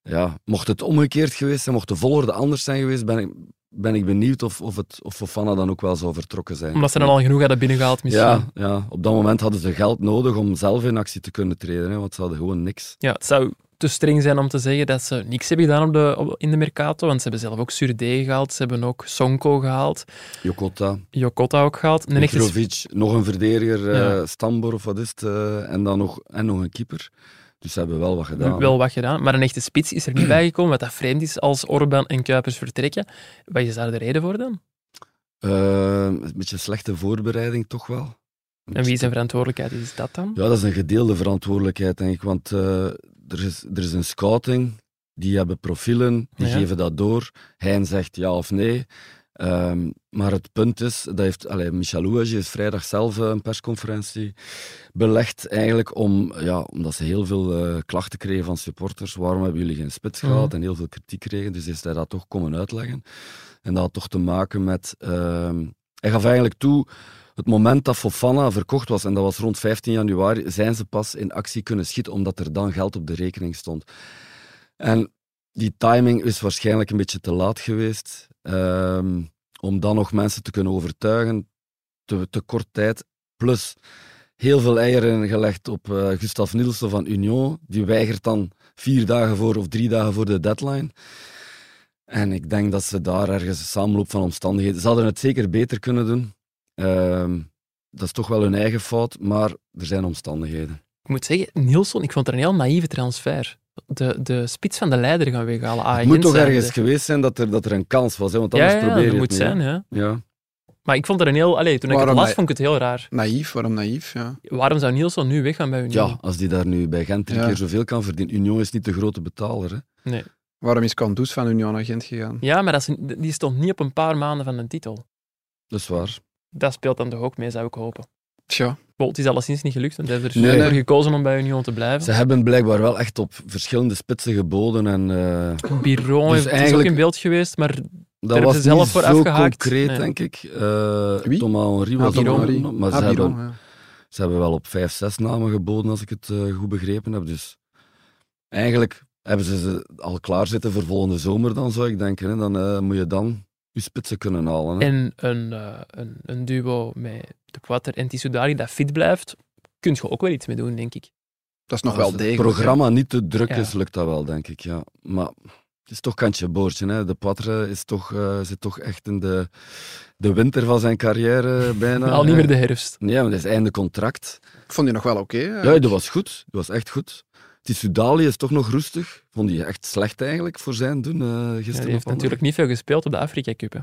S4: Ja, mocht het omgekeerd geweest zijn, mocht de volgorde anders zijn geweest, ben ik, ben ik benieuwd of, of, het, of Fofana dan ook wel zou vertrokken zijn.
S1: Omdat ze dan al genoeg hadden binnengehaald misschien.
S4: ja, ja, op dat moment hadden ze geld nodig om zelf in actie te kunnen treden, hè, want ze hadden gewoon niks.
S1: Ja, het zou te streng zijn om te zeggen dat ze niks hebben gedaan op de, op- in de Mercato, want ze hebben zelf ook Surde gehaald, ze hebben ook Sonko gehaald,
S4: Jokota,
S1: Jokota ook gehaald. Een echte sp-
S4: Mitrovic, nog een verdediger, eh
S1: Ja.
S4: Stamboer of wat is het, eh, en dan nog, en nog een keeper. Dus ze hebben wel wat gedaan.
S1: wel wat gedaan, maar een echte spits is er niet bijgekomen, wat dat vreemd is als Orban en Kuipers vertrekken. Wat is daar de reden voor dan?
S4: Eh, een beetje slechte voorbereiding toch wel. Een
S1: En wie
S4: beetje-
S1: zijn verantwoordelijkheid is dat dan?
S4: Ja, dat is een gedeelde verantwoordelijkheid, denk ik. Want eh, er, is, er is een scouting, die hebben profielen, die
S1: Ja.
S4: geven dat door. Hij zegt ja of nee. Ehm, maar het punt is, dat heeft, allee, Michel Ouage is vrijdag zelf eh, een persconferentie belegd eigenlijk om, ja, omdat ze heel veel eh, klachten kregen van supporters. Waarom hebben jullie geen spits
S1: Mhm.
S4: gehaald? En heel veel kritiek kregen. Dus is hij dat toch komen uitleggen. En dat had toch te maken met... ehm, hij gaf eigenlijk toe, het moment dat Fofana verkocht was, en dat was rond 15 januari, zijn ze pas in actie kunnen schieten, omdat er dan geld op de rekening stond. En die timing is waarschijnlijk een beetje te laat geweest ehm, om dan nog mensen te kunnen overtuigen. Te, te kort tijd. Plus heel veel eieren gelegd op eh, Gustav Nielsen van Union. Die weigert dan vier dagen voor of drie dagen voor de deadline. En ik denk dat ze daar ergens een samenloop van omstandigheden. Ze hadden het zeker beter kunnen doen. Ehm, dat is toch wel hun eigen fout, maar er zijn omstandigheden.
S1: Ik moet zeggen, Nielsen, ik vond het een heel naïeve transfer. De, de spits van de leider gaan weghalen. Ah,
S4: Het moet toch
S1: Jensen,
S4: ergens
S1: de-
S4: geweest zijn dat er, dat er een kans was, hè? want
S1: Ja,
S4: anders
S1: ja,
S4: probeer je
S1: dat
S4: het
S1: moet
S4: niet, hè.
S1: zijn, ja.
S4: Ja.
S1: Maar ik vond er een heel... Allee, toen ik het
S2: Waarom
S1: las,
S2: hij-
S1: vond ik het heel raar.
S2: Naïef, waarom naïef? Ja.
S1: Waarom zou Nielsen nu weggaan bij Union?
S4: ja, als die daar nu bij Gent drie
S2: Ja.
S4: keer zoveel kan verdienen. Union is niet de grote betaler. Hè?
S2: Waarom is Candous van Union agent gegaan?
S1: Ja, maar dat is, die stond niet op een paar maanden van de titel.
S4: Dat is waar.
S1: Dat speelt dan toch ook mee, zou ik hopen.
S2: Tja,
S1: Bon, het is alleszins niet gelukt, want hij heeft er
S4: Nee,
S1: voor
S2: nee.
S1: gekozen om bij Union te blijven.
S4: Ze hebben blijkbaar wel echt op verschillende spitsen geboden. En, eh,
S1: Biron
S4: Dus
S1: heeft is ook
S4: eigenlijk-
S1: in beeld geweest, maar
S4: dat
S1: hebben
S4: was
S1: ze zelf
S4: niet
S1: voor
S4: zo
S1: afgehaakt.
S4: concreet,
S1: Nee.
S4: denk ik. Eh
S2: Wie?
S4: Thomas Henry was
S2: Ah,
S1: Biron.
S4: ook
S2: Biron.
S4: nog, Maar
S2: Ah,
S4: ze,
S2: Biron,
S4: hebben,
S2: ja.
S4: ze hebben wel op vijf, zes namen geboden, als ik het eh, goed begrepen heb. Dus eigenlijk hebben ze ze al klaar zitten voor volgende zomer, dan zou ik denken. Hè? Dan eh, moet je dan je spitsen kunnen halen. Hè?
S1: en een, eh, een, een duo met de Quater en Tissoudali dat fit blijft, kun je ook wel iets mee doen, denk ik.
S2: dat is nog
S4: Als
S2: wel degelijk.
S4: het programma niet te druk
S1: Ja.
S4: is, lukt dat wel, denk ik. Ja. Maar het is toch kantje boordje. Hè. De Poitre is toch, eh, zit toch echt in de, de winter van zijn carrière eh, bijna.
S1: Al niet
S4: hè.
S1: meer de herfst.
S4: Nee, maar dat is einde contract.
S2: hè. Ik vond die nog wel oké. hè.
S4: Ja, dat was goed. Dat was echt goed. Die Sudali is toch nog roestig. Vond hij echt slecht eigenlijk voor zijn doen eh,
S1: Ja,
S4: gisteren.
S1: die heeft
S4: of
S1: natuurlijk niet veel gespeeld op de Afrika Cup. hè.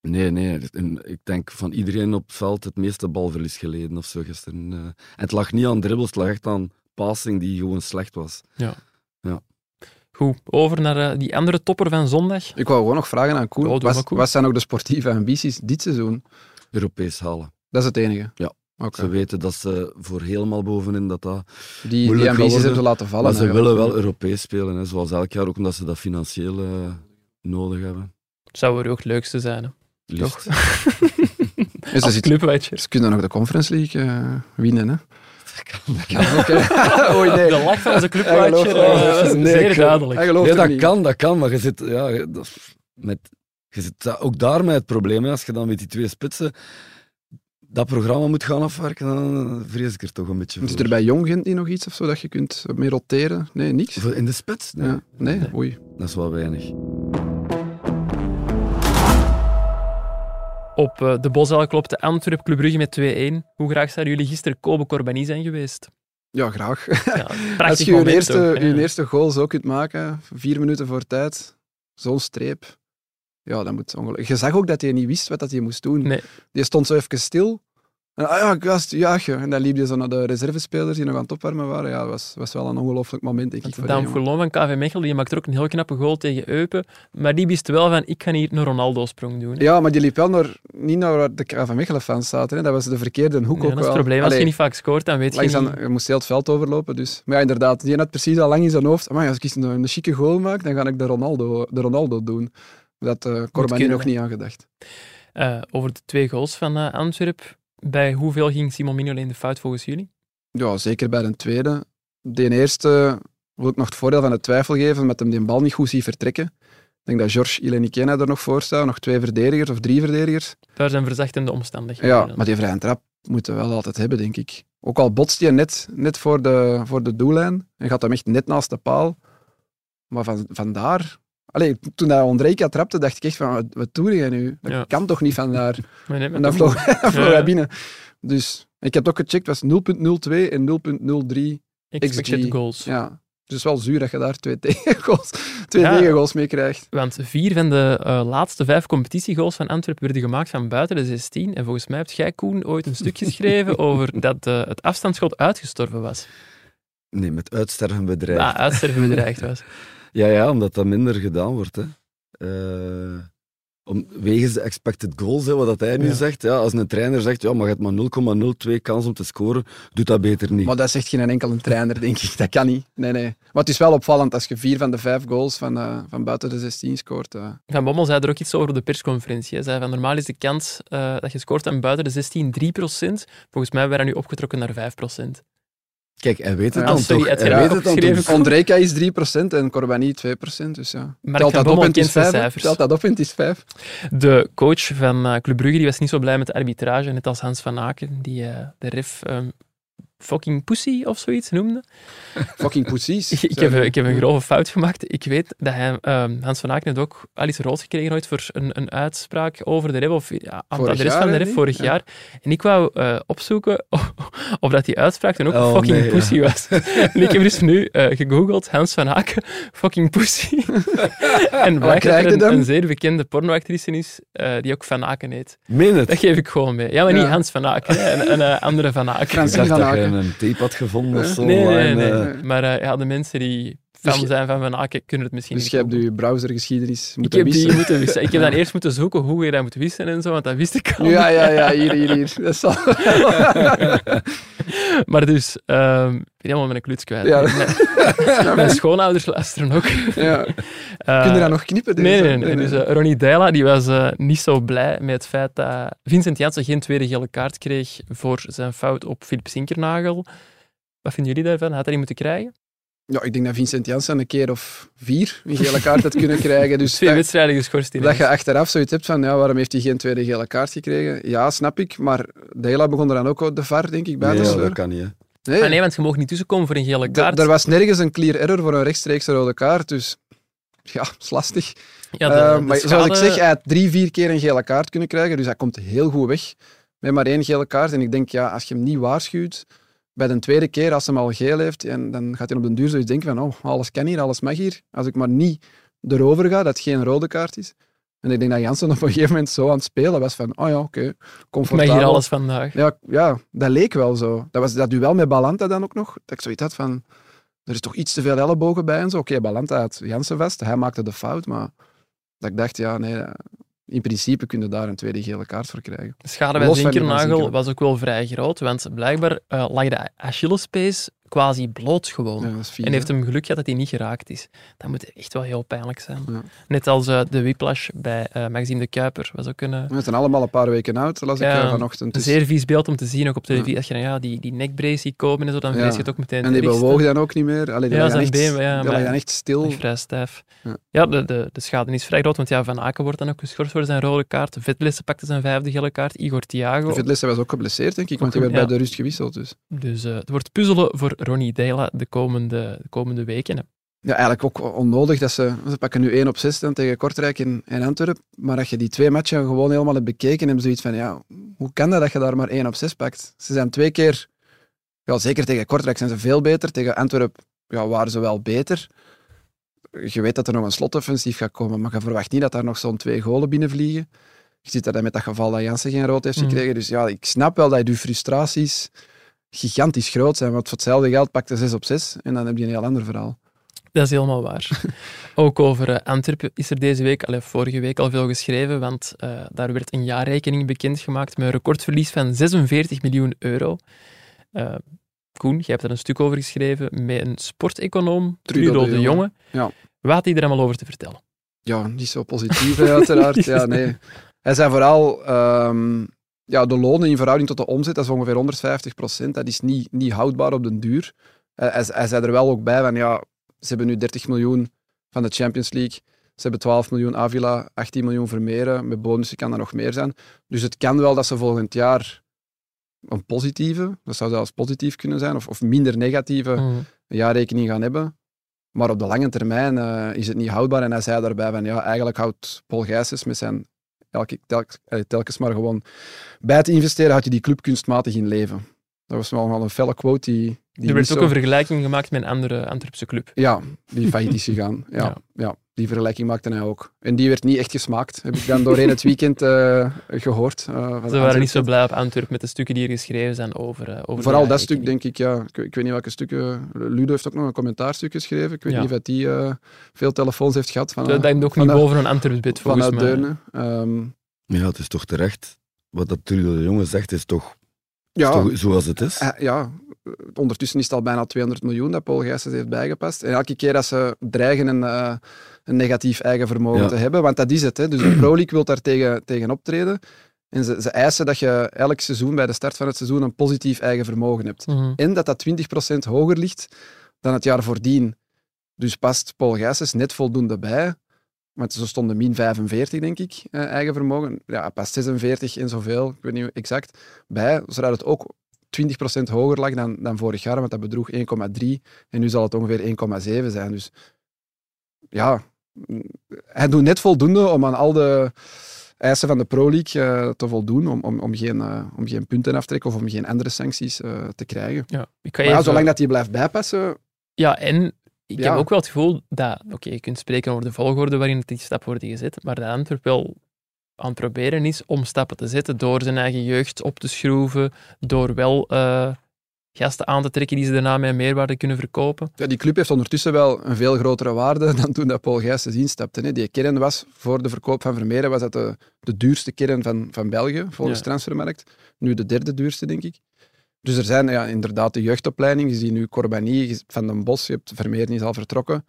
S4: Nee, nee. dat- en ik denk van iedereen op het veld het meeste balverlies geleden of zo gisteren. eh. En het lag niet aan dribbels, het lag echt aan passing die gewoon slecht was.
S1: Goed, over naar eh, die andere topper van zondag.
S2: Ik wou gewoon nog vragen aan Koen.
S1: Ja, doe
S2: Wat-
S1: maar, Koen.
S2: Wat zijn ook de sportieve ambities dit seizoen?
S4: Europees halen.
S2: Dat is het enige?
S4: Ja.
S2: Oké.
S4: Ze weten dat ze voor helemaal bovenin dat dat...
S2: Die, die
S4: Moeilijk
S2: ambities
S4: geworden.
S2: hebben ze laten vallen.
S4: maar ze
S2: eigenlijk.
S4: willen wel Europees spelen, hè, zoals elk jaar. Ook omdat ze dat financieel eh, nodig hebben.
S1: Zou er ook het leukste zijn. Hè?
S4: Liefst.
S2: Dus ze,
S1: Als
S2: zitten-
S1: clubwatcher.
S2: ze kunnen nog de Conference League eh, winnen, hè?
S1: Oei, nee. De lach van onze
S2: Hij
S1: clubwatcher
S2: gelooft wel.
S1: eh, was
S2: Nee,
S1: zeer
S2: ik-
S1: duidelijk.
S2: Hij gelooft
S4: Nee,
S2: er
S4: dat
S2: niet.
S4: kan, dat kan. Maar je zit, ja, je- dat is met, je zit da- ook daar met het probleem. hè. Als je dan met die twee spitsen dat programma moet gaan afwerken, dan vrees ik er toch een beetje voor.
S2: Is er bij Jong Gent niet nog iets of zo dat je kunt mee roteren? Nee, niks?
S4: Voor In de spits? Nee,
S2: Ja. Nee, oei.
S4: dat is wel weinig.
S1: Op eh, de Bosuil klopte Antwerp Club Brugge met 2-1. Hoe graag zouden jullie gisteren Kobe Corbani zijn geweest?
S2: Ja, graag.
S1: Ja,
S2: Als
S1: prachtig
S2: je je
S1: moment
S2: eerste,
S1: ook, hè.
S2: je eerste goal zo kunt maken, vier minuten voor tijd, zo'n streep. Ja, dat moet ongelooflijk. Je zag ook dat hij niet wist wat dat hij moest doen.
S1: Nee.
S2: Die stond zo even stil. En, ah ja, gast, ja. je. En dan liep hij zo naar de reservespelers die nog aan het opwarmen waren. Ja, dat was, was wel een ongelooflijk moment, denk ik.
S1: Want
S2: Voor die
S1: Dan
S2: jongen.
S1: Foulon van KV Mechelen, die maakte ook een heel knappe goal tegen Eupen. Maar die wist wel van, ik ga hier een Ronaldo-sprong doen. hè.
S2: Ja, maar die liep wel naar, niet naar waar de KV Mechelen fans zaten. Hè. Dat was de verkeerde hoek
S1: Ja, dat
S2: ook
S1: is het
S2: wel.
S1: probleem. Als
S2: Allee,
S1: je niet vaak scoort, dan weet je
S2: langs
S1: niet...
S2: aan, je moest heel het veld overlopen. Dus. Maar ja, inderdaad, die had precies al lang in zijn hoofd. Maar als ik eens een, een chique goal maak, dan ga ik de Ronaldo, de Ronaldo doen. Dat eh Corbani
S1: kunnen,
S2: nog niet aan gedacht.
S1: Eh, over de twee goals van eh, Antwerp, bij hoeveel ging Simon Mignolet in de fout volgens jullie?
S2: Ja, zeker bij de tweede. De eerste wil ik nog het voordeel van de twijfel geven, omdat hem die bal niet goed ziet vertrekken. Ik denk dat George Ilenikena er nog voor staat. Nog twee verdedigers of drie verdedigers.
S1: Daar zijn verzachtende omstandigheden.
S2: Ja, maar die vrije trap moeten we wel altijd hebben, denk ik. Ook al botst hij net, net voor, de, voor de doellijn en gaat hem echt net naast de paal. Maar van, vandaar... Allee, toen dat Ondrejka trapte, dacht ik echt van, wat, wat doe je nu? Dat
S1: Ja.
S2: kan toch niet vandaar?
S1: Maar nee, maar
S2: En dan
S1: toch
S2: vloog, dan vloog hij
S1: Ja.
S2: binnen. Dus ik heb het ook gecheckt, het was 0.02 en 0.03.
S1: niet. expected
S2: XG.
S1: goals.
S2: Ja. Dus wel zuur dat je daar twee tegengoals, twee
S1: Ja.
S2: tegengoals mee krijgt.
S1: Want vier van de eh, laatste vijf competitiegoals van Antwerpen werden gemaakt van buiten de 16. En volgens mij hebt jij, Koen, ooit een stuk geschreven over dat eh, het afstandsschot uitgestorven was.
S4: Nee, met uitsterven bedreigd.
S1: Ja, uitsterven bedreigd was.
S4: Ja, ja, omdat dat minder gedaan wordt. Hè. Eh, om, wegens de expected goals, hè, wat dat hij nu
S1: Ja.
S4: zegt. Ja, als een trainer zegt, ja, maar je hebt maar 0,02 kans om te scoren, doet dat beter niet.
S2: Maar dat zegt geen enkele trainer, denk ik. Dat kan niet. Nee, nee. Maar het is wel opvallend als je vier van de vijf goals van, eh, van buiten de 16 scoort. eh.
S1: Van Bommel zei er ook iets over op de persconferentie. Hij zei van normaal is de kans eh, dat je scoort aan buiten de 16 3%. Volgens mij werden we nu opgetrokken naar 5%.
S4: Kijk, hij weet het
S2: Ja,
S4: dan
S1: sorry,
S4: toch.
S1: het
S4: Hij
S1: raar
S4: weet het dan
S1: opgeschreven.
S4: toch.
S2: Ondrejka is 3% en Corbani 2%. Dus ja.
S1: Mark
S2: Telt
S1: van
S2: dat op
S1: Bommel
S2: en het is
S1: kent zijn
S2: 5. hè.
S1: cijfers.
S2: Telt dat op en het is 5.
S1: De coach van eh, Club Brugge die was niet zo blij met de arbitrage, net als Hans van Aken, die eh, de ref ehm, fucking pussy of zoiets noemde.
S2: Fucking poetsies.
S1: Ik heb, ik heb een grove fout gemaakt. Ik weet dat hij, ehm, Hans van Aken heeft ook Alice Rood gekregen ooit voor een, een uitspraak over de ref, of ja, aan het
S2: Vorig
S1: adres
S2: jaar,
S1: van de
S2: hè,
S1: ref
S2: die?
S1: vorig
S2: Ja.
S1: jaar. En ik wou eh, opzoeken of, of dat die uitspraak dan ook
S4: Oh,
S1: fucking
S4: nee, ja.
S1: pussy was. en ik heb dus nu eh, gegoogeld, Hans van Aken, fucking pussy. en blijkt dat
S2: krijg je
S1: er een,
S2: dan?
S1: een zeer bekende pornoactrice is, eh, die ook Van Aken heet.
S4: Meen het.
S1: Dat geef ik gewoon mee. Ja, maar
S2: Ja.
S1: niet Hans van Aken, hè, en, en eh, andere van Aken.
S4: Ik
S2: Francine
S4: dacht
S2: van
S4: dat hij
S2: Aken.
S4: een tape had gevonden of zo.
S1: Nee, nee,
S4: online,
S1: nee.
S4: eh.
S2: nee.
S1: Maar eh, ja, de mensen die
S2: Dus
S1: fan
S2: je-
S1: zijn van Van Aken kunnen het misschien
S2: Dus
S1: niet
S2: je hebt
S1: googlen.
S2: je browsergeschiedenis
S1: Ik
S2: moeten
S1: heb die
S2: wissen.
S1: moeten wissen. Ik heb dan eerst moeten zoeken hoe je dat moet wissen en zo, want dat wist ik al.
S2: Ja, ja, ja, hier, hier, hier. Dat zal...
S1: niet. Maar dus, ehm, ik ben helemaal mijn kluts kwijt.
S2: Ja.
S1: Mijn, mijn schoonouders luisteren ook. Eh,
S2: ja. Kun je dat nog knippen?
S1: Nee, nee,
S2: deze?
S1: nee. Dus eh, Ronnie Deila die was eh, niet zo blij met het feit dat Vincent Janssen geen tweede gele kaart kreeg voor zijn fout op Filip Sinkernagel. Wat vinden jullie daarvan? Had hij die moeten krijgen?
S2: Ja, ik denk dat Vincent Janssen een keer of vier een gele kaart had kunnen krijgen. Dus
S1: Twee
S2: dat,
S1: wedstrijden geschorst in.
S2: dat je achteraf zoiets hebt van, ja, waarom heeft hij geen tweede gele kaart gekregen? Ja, snap ik, maar Dela begon er dan ook op de VAR, denk ik, bij
S4: Nee,
S2: te
S4: ja,
S2: sleuren.
S4: dat kan niet. hè.
S2: Nee,
S1: Maar Ah, nee, want je mocht niet tussenkomen voor een gele
S2: da-
S1: kaart.
S2: er was nergens een clear error voor een rechtstreekse rode kaart, dus... Ja, dat is lastig.
S1: ja, de-
S2: Eh,
S1: de
S2: maar zoals ik
S1: schade-
S2: zeg, hij had drie, vier keer een gele kaart kunnen krijgen, dus hij komt heel goed weg met maar één gele kaart. En ik denk, ja, als je hem niet waarschuwt, bij de tweede keer, als hij hem al geel heeft, en dan gaat hij op den duur zoiets denken van, oh, alles kan hier, alles mag hier. Als ik maar niet erover ga, dat het geen rode kaart is. En ik denk dat Jansen op een gegeven moment zo aan het spelen was van, oh ja, oké,
S1: Ik mag
S2: comfortabel.
S1: hier alles vandaag.
S2: Ja, ja, dat leek wel zo. Dat was dat duel met Balanta dan ook nog. Dat ik zoiets had van, er is toch iets te veel ellebogen bij en zo. Oké, Balanta had Jansen vast, hij maakte de fout, maar dat ik dacht, ja, nee, in principe kun je daar een tweede gele kaart voor krijgen.
S1: De schade bij
S2: Los van die van
S1: Zinkernagel
S2: Zinkernagel.
S1: was ook wel vrij groot, want blijkbaar eh, lag de Achillespees quasi bloot gewoon.
S2: Ja, dat is vies,
S1: En heeft
S2: hè.
S1: hem geluk gehad dat hij niet geraakt is. Dat moet echt wel heel pijnlijk zijn.
S2: Ja.
S1: Net als eh, de whiplash bij eh Maxime de Kuiper. was ook een, eh,
S2: We zijn allemaal een paar weken oud, las ik
S1: Ja,
S2: eh, vanochtend.
S1: een
S2: Dus-
S1: zeer vies beeld om te zien, ook op televisie. Als je dan ja, die, die nekbrace ziet komen en zo, dan
S2: Ja.
S1: vrees je het ook meteen
S2: En die
S1: het ergste.
S2: bewoog dan ook niet meer. Allee, die
S1: Ja,
S2: lag dan
S1: zijn
S2: echt,
S1: been, ja,
S2: die lag
S1: maar-
S2: dan echt
S1: Dat
S2: stil.
S1: is Vrij stijf. Ja,
S2: Ja.
S1: de, de, de schade is vrij groot, want ja, Van Aken wordt dan ook geschorst voor zijn rode kaart. Vetlessen pakte zijn vijfde gele kaart, Igor Thiago.
S2: Vitlessen was ook geblesseerd, denk ik, want
S1: Ook,
S2: hij werd
S1: ja.
S2: bij de rust gewisseld. Dus.
S1: Dus eh, het wordt puzzelen voor Ronnie Dela de komende, de komende weken. hè.
S2: Ja, eigenlijk ook onnodig dat ze... Ze pakken nu 1 op 6 dan tegen Kortrijk in, in Antwerpen. Maar dat je die twee matchen gewoon helemaal hebt bekeken en hebben zoiets van, ja, hoe kan dat dat je daar maar 1 op 6 pakt? Ze zijn twee keer... Ja, zeker tegen Kortrijk zijn ze veel beter. Tegen Antwerpen ja, waren ze wel beter. Je weet dat er nog een slotoffensief gaat komen, maar je verwacht niet dat daar nog zo'n twee golen binnenvliegen. Je ziet dat hij met dat geval dat Jansen geen rood heeft
S1: Mm.
S2: gekregen. Dus ja, ik snap wel dat je frustraties gigantisch groot zijn, want voor hetzelfde geld pakt je 6 op 6 en dan heb je een heel ander verhaal.
S1: Dat is helemaal waar. Ook over eh, Antwerpen is er deze week, allee, vorige week al veel geschreven, want eh, daar werd een jaarrekening bekendgemaakt met een recordverlies van 46 miljoen euro. Eh, Koen, jij hebt er een stuk over geschreven met een sporteconoom,
S2: Trudo
S1: Trudo,
S2: de
S1: de Jonge.
S2: Jonge. Ja.
S1: Wat had hij er allemaal over te vertellen?
S2: Ja, niet zo positief, hè, uiteraard. ja, nee. Hij zei vooral, ehm, ja, de lonen in verhouding tot de omzet, dat is ongeveer 150 Dat is niet, niet houdbaar op den duur. Eh, hij, hij zei er wel ook bij van, ja, ze hebben nu 30 miljoen van de Champions League. Ze hebben 12 miljoen Avila, 18 miljoen Vermeeren. Met bonussen kan er nog meer zijn. Dus het kan wel dat ze volgend jaar een positieve, dat zou zelfs positief kunnen zijn, of, of minder negatieve
S1: Mhm.
S2: jaarrekening gaan hebben. Maar op de lange termijn eh, is het niet houdbaar. En hij zei daarbij van, ja, eigenlijk houdt Paul Gijsens met zijn elke, telk- eh, telkens maar gewoon bij te investeren, houdt hij die club kunstmatig in leven. Dat was wel wel een felle quote die... die
S1: Er
S2: niet
S1: werd ook
S2: zo-
S1: een vergelijking gemaakt met een andere Antwerpse club.
S2: ja, die failliet is gegaan. Ja,
S1: Ja.
S2: ja. die vergelijking maakte hij ook. En die werd niet echt gesmaakt, heb ik dan doorheen het weekend eh, gehoord. eh, van
S1: Ze waren
S2: Antwerpen.
S1: niet zo blij op Antwerp met de stukken die er geschreven zijn over. eh, over de
S2: Vooral dat
S1: jaarrekening.
S2: stuk, denk ik, ja. Ik, ik weet niet welke stukken... eh, Ludo heeft ook nog een commentaarstuk geschreven. Ik weet
S1: Ja.
S2: niet of hij eh, veel telefoons heeft gehad van,
S1: Dat
S2: eh,
S1: hangt nog niet
S2: vanuit-
S1: boven een Antwerpsbed volgens
S2: vanuit
S1: mij.
S2: Deurne. Ehm,
S4: Ja, het is toch terecht. Wat dat Trude de Jonge zegt, is toch,
S2: ja,
S4: is toch zoals het is.
S2: eh, ja, eh, ondertussen is het al bijna 200 miljoen dat Paul Gijsens heeft bijgepast. En elke keer dat ze dreigen een, eh, een negatief eigen vermogen
S4: Ja.
S2: te hebben, want dat is het. Hè. Dus de Pro League wil daar tegen, tegen optreden. En ze, ze eisen dat je elk seizoen, bij de start van het seizoen, een positief eigen vermogen hebt.
S1: Mhm.
S2: En dat dat 20% hoger ligt dan het jaar voordien. Dus past Paul Gijsens net voldoende bij. Want ze stonden min 45, denk ik, eh, eigen vermogen. Ja, hij past 46 en zoveel, ik weet niet exact, bij. Zodat het ook 20% hoger lag dan, dan vorig jaar, want dat bedroeg 1,3. En nu zal het ongeveer 1,7 zijn. Dus ja, mm, hij doet net voldoende om aan al de eisen van de Pro League eh, te voldoen. Om, om, om, geen, eh, om geen punten af te trekken of om geen andere sancties eh, te krijgen.
S1: Ja, ik ga
S2: Maar ja,
S1: even-
S2: zolang dat die blijft bijpassen,
S1: Ja, en ik
S2: Ja.
S1: heb ook wel het gevoel dat, oké, je kunt spreken over de volgorde waarin die stappen worden gezet, maar dat Antwerp wel aan het proberen is om stappen te zetten door zijn eigen jeugd op te schroeven, door wel eh, gasten aan te trekken die ze daarna met meerwaarde kunnen verkopen.
S2: ja, die club heeft ondertussen wel een veel grotere waarde dan toen dat Paul Gijsens instapte. Hè. Die kern was, voor de verkoop van Vermeeren, was dat de, de duurste kern van, van België, volgens
S1: Ja.
S2: Transfermarkt. Nu de derde duurste, denk ik. Dus er zijn ja, inderdaad de jeugdopleiding, je ziet nu Corbanie, je- Van den Bos, je hebt Vermeeren is al vertrokken.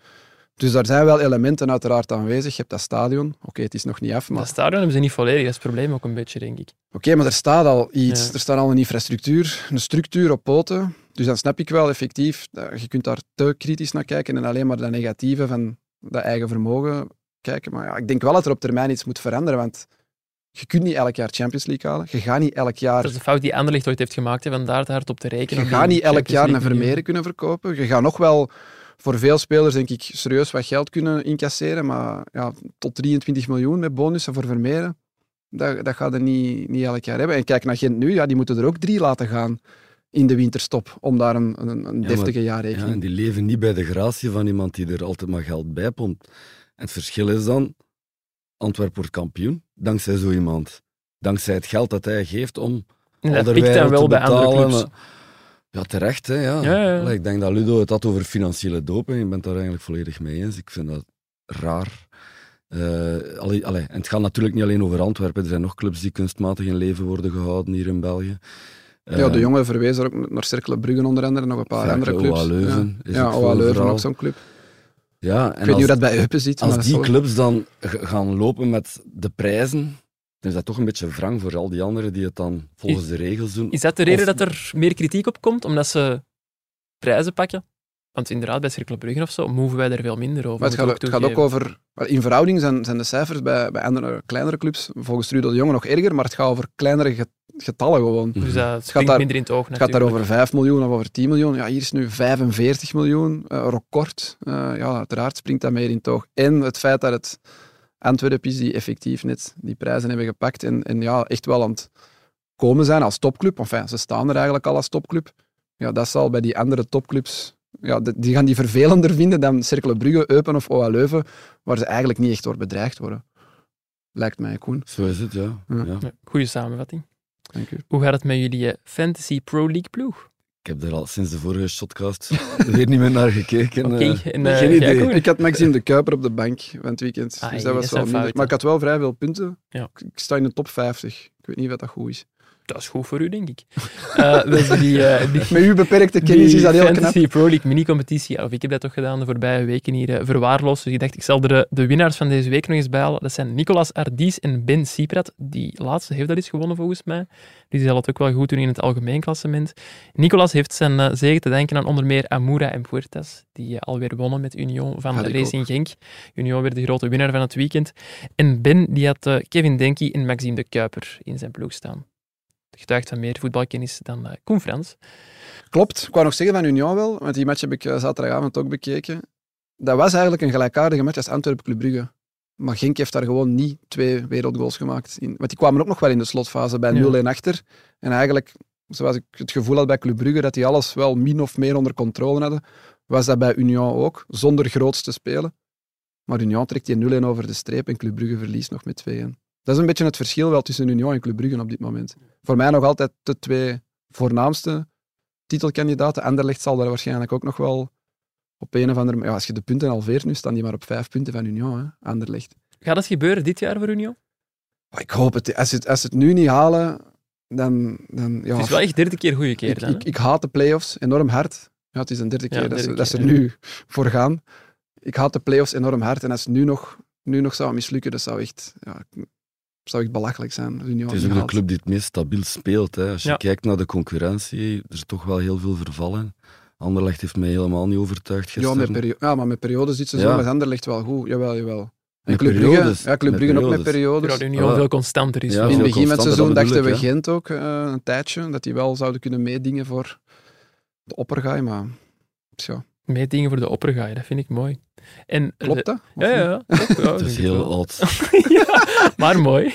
S2: Dus daar zijn wel elementen uiteraard aanwezig. Je hebt dat stadion, oké, het is nog niet af, maar
S1: Dat stadion hebben ze niet volledig, dat is het probleem ook een beetje, denk ik.
S2: Oké, maar er staat al iets.
S1: Ja.
S2: Er staat al een infrastructuur, een structuur op poten. Dus dan snap ik wel effectief, eh, je kunt daar te kritisch naar kijken en alleen maar de negatieve van dat eigen vermogen kijken. Maar ja, ik denk wel dat er op termijn iets moet veranderen, want je kunt niet elk jaar Champions League halen. Je gaat niet elk jaar,
S1: Dat is de fout die Anderlecht ooit heeft gemaakt, hè, van daar te hard op te rekenen.
S2: je
S1: op die
S2: gaat niet elk
S1: Champions
S2: jaar een
S1: League manier.
S2: Vermeeren kunnen verkopen. Je gaat nog wel voor veel spelers, denk ik, serieus wat geld kunnen incasseren. Maar ja, tot 23 miljoen met bonussen voor Vermeeren. Dat, dat gaat er niet, niet elk jaar hebben. En kijk naar Gent nu, ja, die moeten er ook drie laten gaan in de winterstop. Om daar een, een, een
S4: maar- Ja,
S2: deftige
S4: en
S2: jaarrekening.
S4: die leven niet bij de gratie van iemand die er altijd maar geld bij pompt. En het verschil is dan, Antwerpen wordt kampioen dankzij zo iemand. Dankzij het geld dat hij geeft om
S1: En dat pikt
S4: Alderweireld
S1: dan wel
S4: te
S1: bij andere
S4: betalen,
S1: clubs.
S4: maar- Ja, terecht. Hè, ja.
S1: Ja, ja.
S4: Allee, Ik denk dat Ludo het had over financiële doping. Ik ben het daar eigenlijk volledig mee eens. Ik vind dat raar. Eh, allee, allee, en het gaat natuurlijk niet alleen over Antwerpen. Er zijn nog clubs die kunstmatig in leven worden gehouden hier in België. Eh,
S2: Ja, de jongen verwees er ook naar Cercle Brugge onder andere en nog een paar andere clubs.
S4: OA Leuven
S2: Ja,
S4: is
S2: ja
S4: ook
S2: OA
S4: zo'n
S2: Leuven
S4: verhaal.
S2: ook zo'n club.
S4: Ja,
S2: Ik
S4: en
S2: weet niet
S4: als,
S2: hoe dat bij Eupen zit. maar
S4: als
S2: dat
S4: die
S2: zal-
S4: clubs dan g- gaan lopen met de prijzen, dan is dat toch een beetje wrang voor al die anderen die het dan volgens de regels doen.
S1: Is dat de reden
S4: Of-
S1: dat er meer kritiek op komt, omdat ze prijzen pakken? Want inderdaad, bij Cirkel Brugge of zo moeven wij daar veel minder over.
S2: Maar het gaat,
S1: moet ik
S2: het gaat ook
S1: toegeven.
S2: over... wel, In verhouding zijn, zijn de cijfers bij, bij andere kleinere clubs volgens Ruud de Jonge nog erger, maar het gaat over kleinere get- getallen gewoon.
S4: Mhm.
S1: Dus dat springt
S2: daar-
S1: minder in het oog
S2: Het gaat daar
S1: natuurlijk.
S2: over 5 miljoen of over 10 miljoen. Ja, hier is nu 45 miljoen, eh, record. Eh, ja, uiteraard springt dat meer in het oog. En het feit dat het Antwerpen is die effectief net die prijzen hebben gepakt en, en ja, echt wel aan het komen zijn als topclub. Enfin, ze staan er eigenlijk al als topclub. Ja, dat zal bij die andere topclubs... Ja, de- die gaan die vervelender vinden dan Cercle Brugge, Eupen of OA Leuven, waar ze eigenlijk niet echt door bedreigd worden. Lijkt mij, Koen.
S4: Zo is het, ja.
S2: Ja.
S4: ja.
S1: Ja, Goeie samenvatting.
S2: Dank u.
S1: Hoe gaat het met jullie eh, Fantasy Pro League ploeg?
S4: Ik heb daar al sinds de vorige shotcast weer niet meer naar gekeken.
S1: Oké,
S4: eh.
S1: en, eh,
S4: geen
S1: jij
S4: idee.
S1: ook?
S2: Ik had Maxime de Kuiper op de bank van het weekend.
S1: Ah,
S2: dus
S1: dat
S2: dat was
S1: is
S2: wel
S1: een
S2: minder.
S1: fout, hè.
S2: Maar ik had wel vrij veel punten.
S1: Ja.
S2: Ik ik sta in de top 50. Ik weet niet wat dat goed is.
S1: Dat is goed voor u, denk ik. Eh, we hebben die, eh, die,
S2: Met uw beperkte kennis
S1: die
S2: is dat heel knap.
S1: Fantasy Pro League mini-competitie, of ik heb dat toch gedaan de voorbije weken hier eh, verwaarloosd. Dus ik dacht, ik zal er eh, de winnaars van deze week nog eens bij halen. Dat zijn Nicolas Ardies en Ben Siprat. Die laatste heeft dat eens gewonnen volgens mij. Die zal het ook wel goed doen in het algemeen klassement. Nicolas heeft zijn eh, zege te denken aan onder meer Amura en Puertas, die eh, alweer wonnen met Union van
S2: Had ik
S1: Racing Genk. Union werd de grote winnaar van het weekend. En Ben die had eh, Kevin Denki en Maxime de Kuiper in zijn ploeg staan. getuigt van meer voetbalkennis dan eh Koen Frans.
S2: Klopt. Ik wou nog zeggen van Union wel, want die match heb ik eh, zaterdagavond ook bekeken. Dat was eigenlijk een gelijkaardige match als Antwerpen-Club Brugge. Maar Genk heeft daar gewoon niet twee wereldgoals gemaakt. In. Want die kwamen ook nog wel in de slotfase bij
S1: Ja.
S2: 0-1 achter. En eigenlijk, zoals ik het gevoel had bij Club Brugge, dat die alles wel min of meer onder controle hadden, was dat bij Union ook, zonder groots te spelen. Maar Union trekt die 0-1 over de streep en Club Brugge verliest nog met 2-1. Dat is een beetje het verschil wel tussen Union en Club Brugge op dit moment. Voor mij nog altijd de twee voornaamste titelkandidaten. Anderlecht zal daar waarschijnlijk ook nog wel op een of andere... Ja, als je de punten halveert nu, staan die maar op vijf punten van Union, hè, Anderlecht.
S1: Gaat dat gebeuren dit jaar voor Union?
S2: Maar ik hoop het. Als ze het, als ze het nu niet halen, dan... dan ja,
S1: Het is wel echt derde keer goede
S2: ik,
S1: keer dan.
S2: ik, ik haat de play-offs enorm hard. Ja, het is een derde
S1: Ja,
S2: keer, dat,
S1: derde
S2: ze, dat ze
S1: keer,
S2: er
S1: ja.
S2: nu voor gaan. Ik haat de play-offs enorm hard. En als het nu nog, nu nog zou mislukken, dat zou echt... Ja, zou echt belachelijk zijn. als Union
S4: Het is
S2: niet
S4: ook de
S2: haalt.
S4: club die het meest stabiel speelt. Hè. Als je
S1: Ja.
S4: kijkt naar de concurrentie, er is toch wel heel veel vervallen. Anderlecht heeft mij helemaal niet overtuigd
S2: Ja,
S4: gisteren.
S2: met perio- ja, maar met periodes zit ze zo.
S4: Ja.
S2: Met Anderlecht wel goed. Jawel, jawel. En
S4: Met
S2: Club
S4: periodes.
S2: Brugge, ja, Club
S4: Met
S2: Brugge ook met
S4: periodes.
S2: periodes.
S1: Terwijl Union
S4: Ah,
S1: veel constanter is.
S4: ja,
S1: wel.
S2: In
S4: veel
S2: het begin van het
S4: constanter,
S2: seizoen
S4: dat bedoel
S2: dachten we
S4: ik,
S2: Gent ook eh, een tijdje dat die wel zouden kunnen meedingen voor de oppergaai, maar tja,
S1: Meetingen voor de oppergaai, dat vind ik mooi. En, eh,
S2: klopt dat? Of
S1: Ja, ja,
S2: niet?
S1: ja. klopt, ja,
S4: Het
S1: denk
S4: is
S1: ik
S4: heel
S1: wel.
S4: oud.
S1: ja, maar mooi.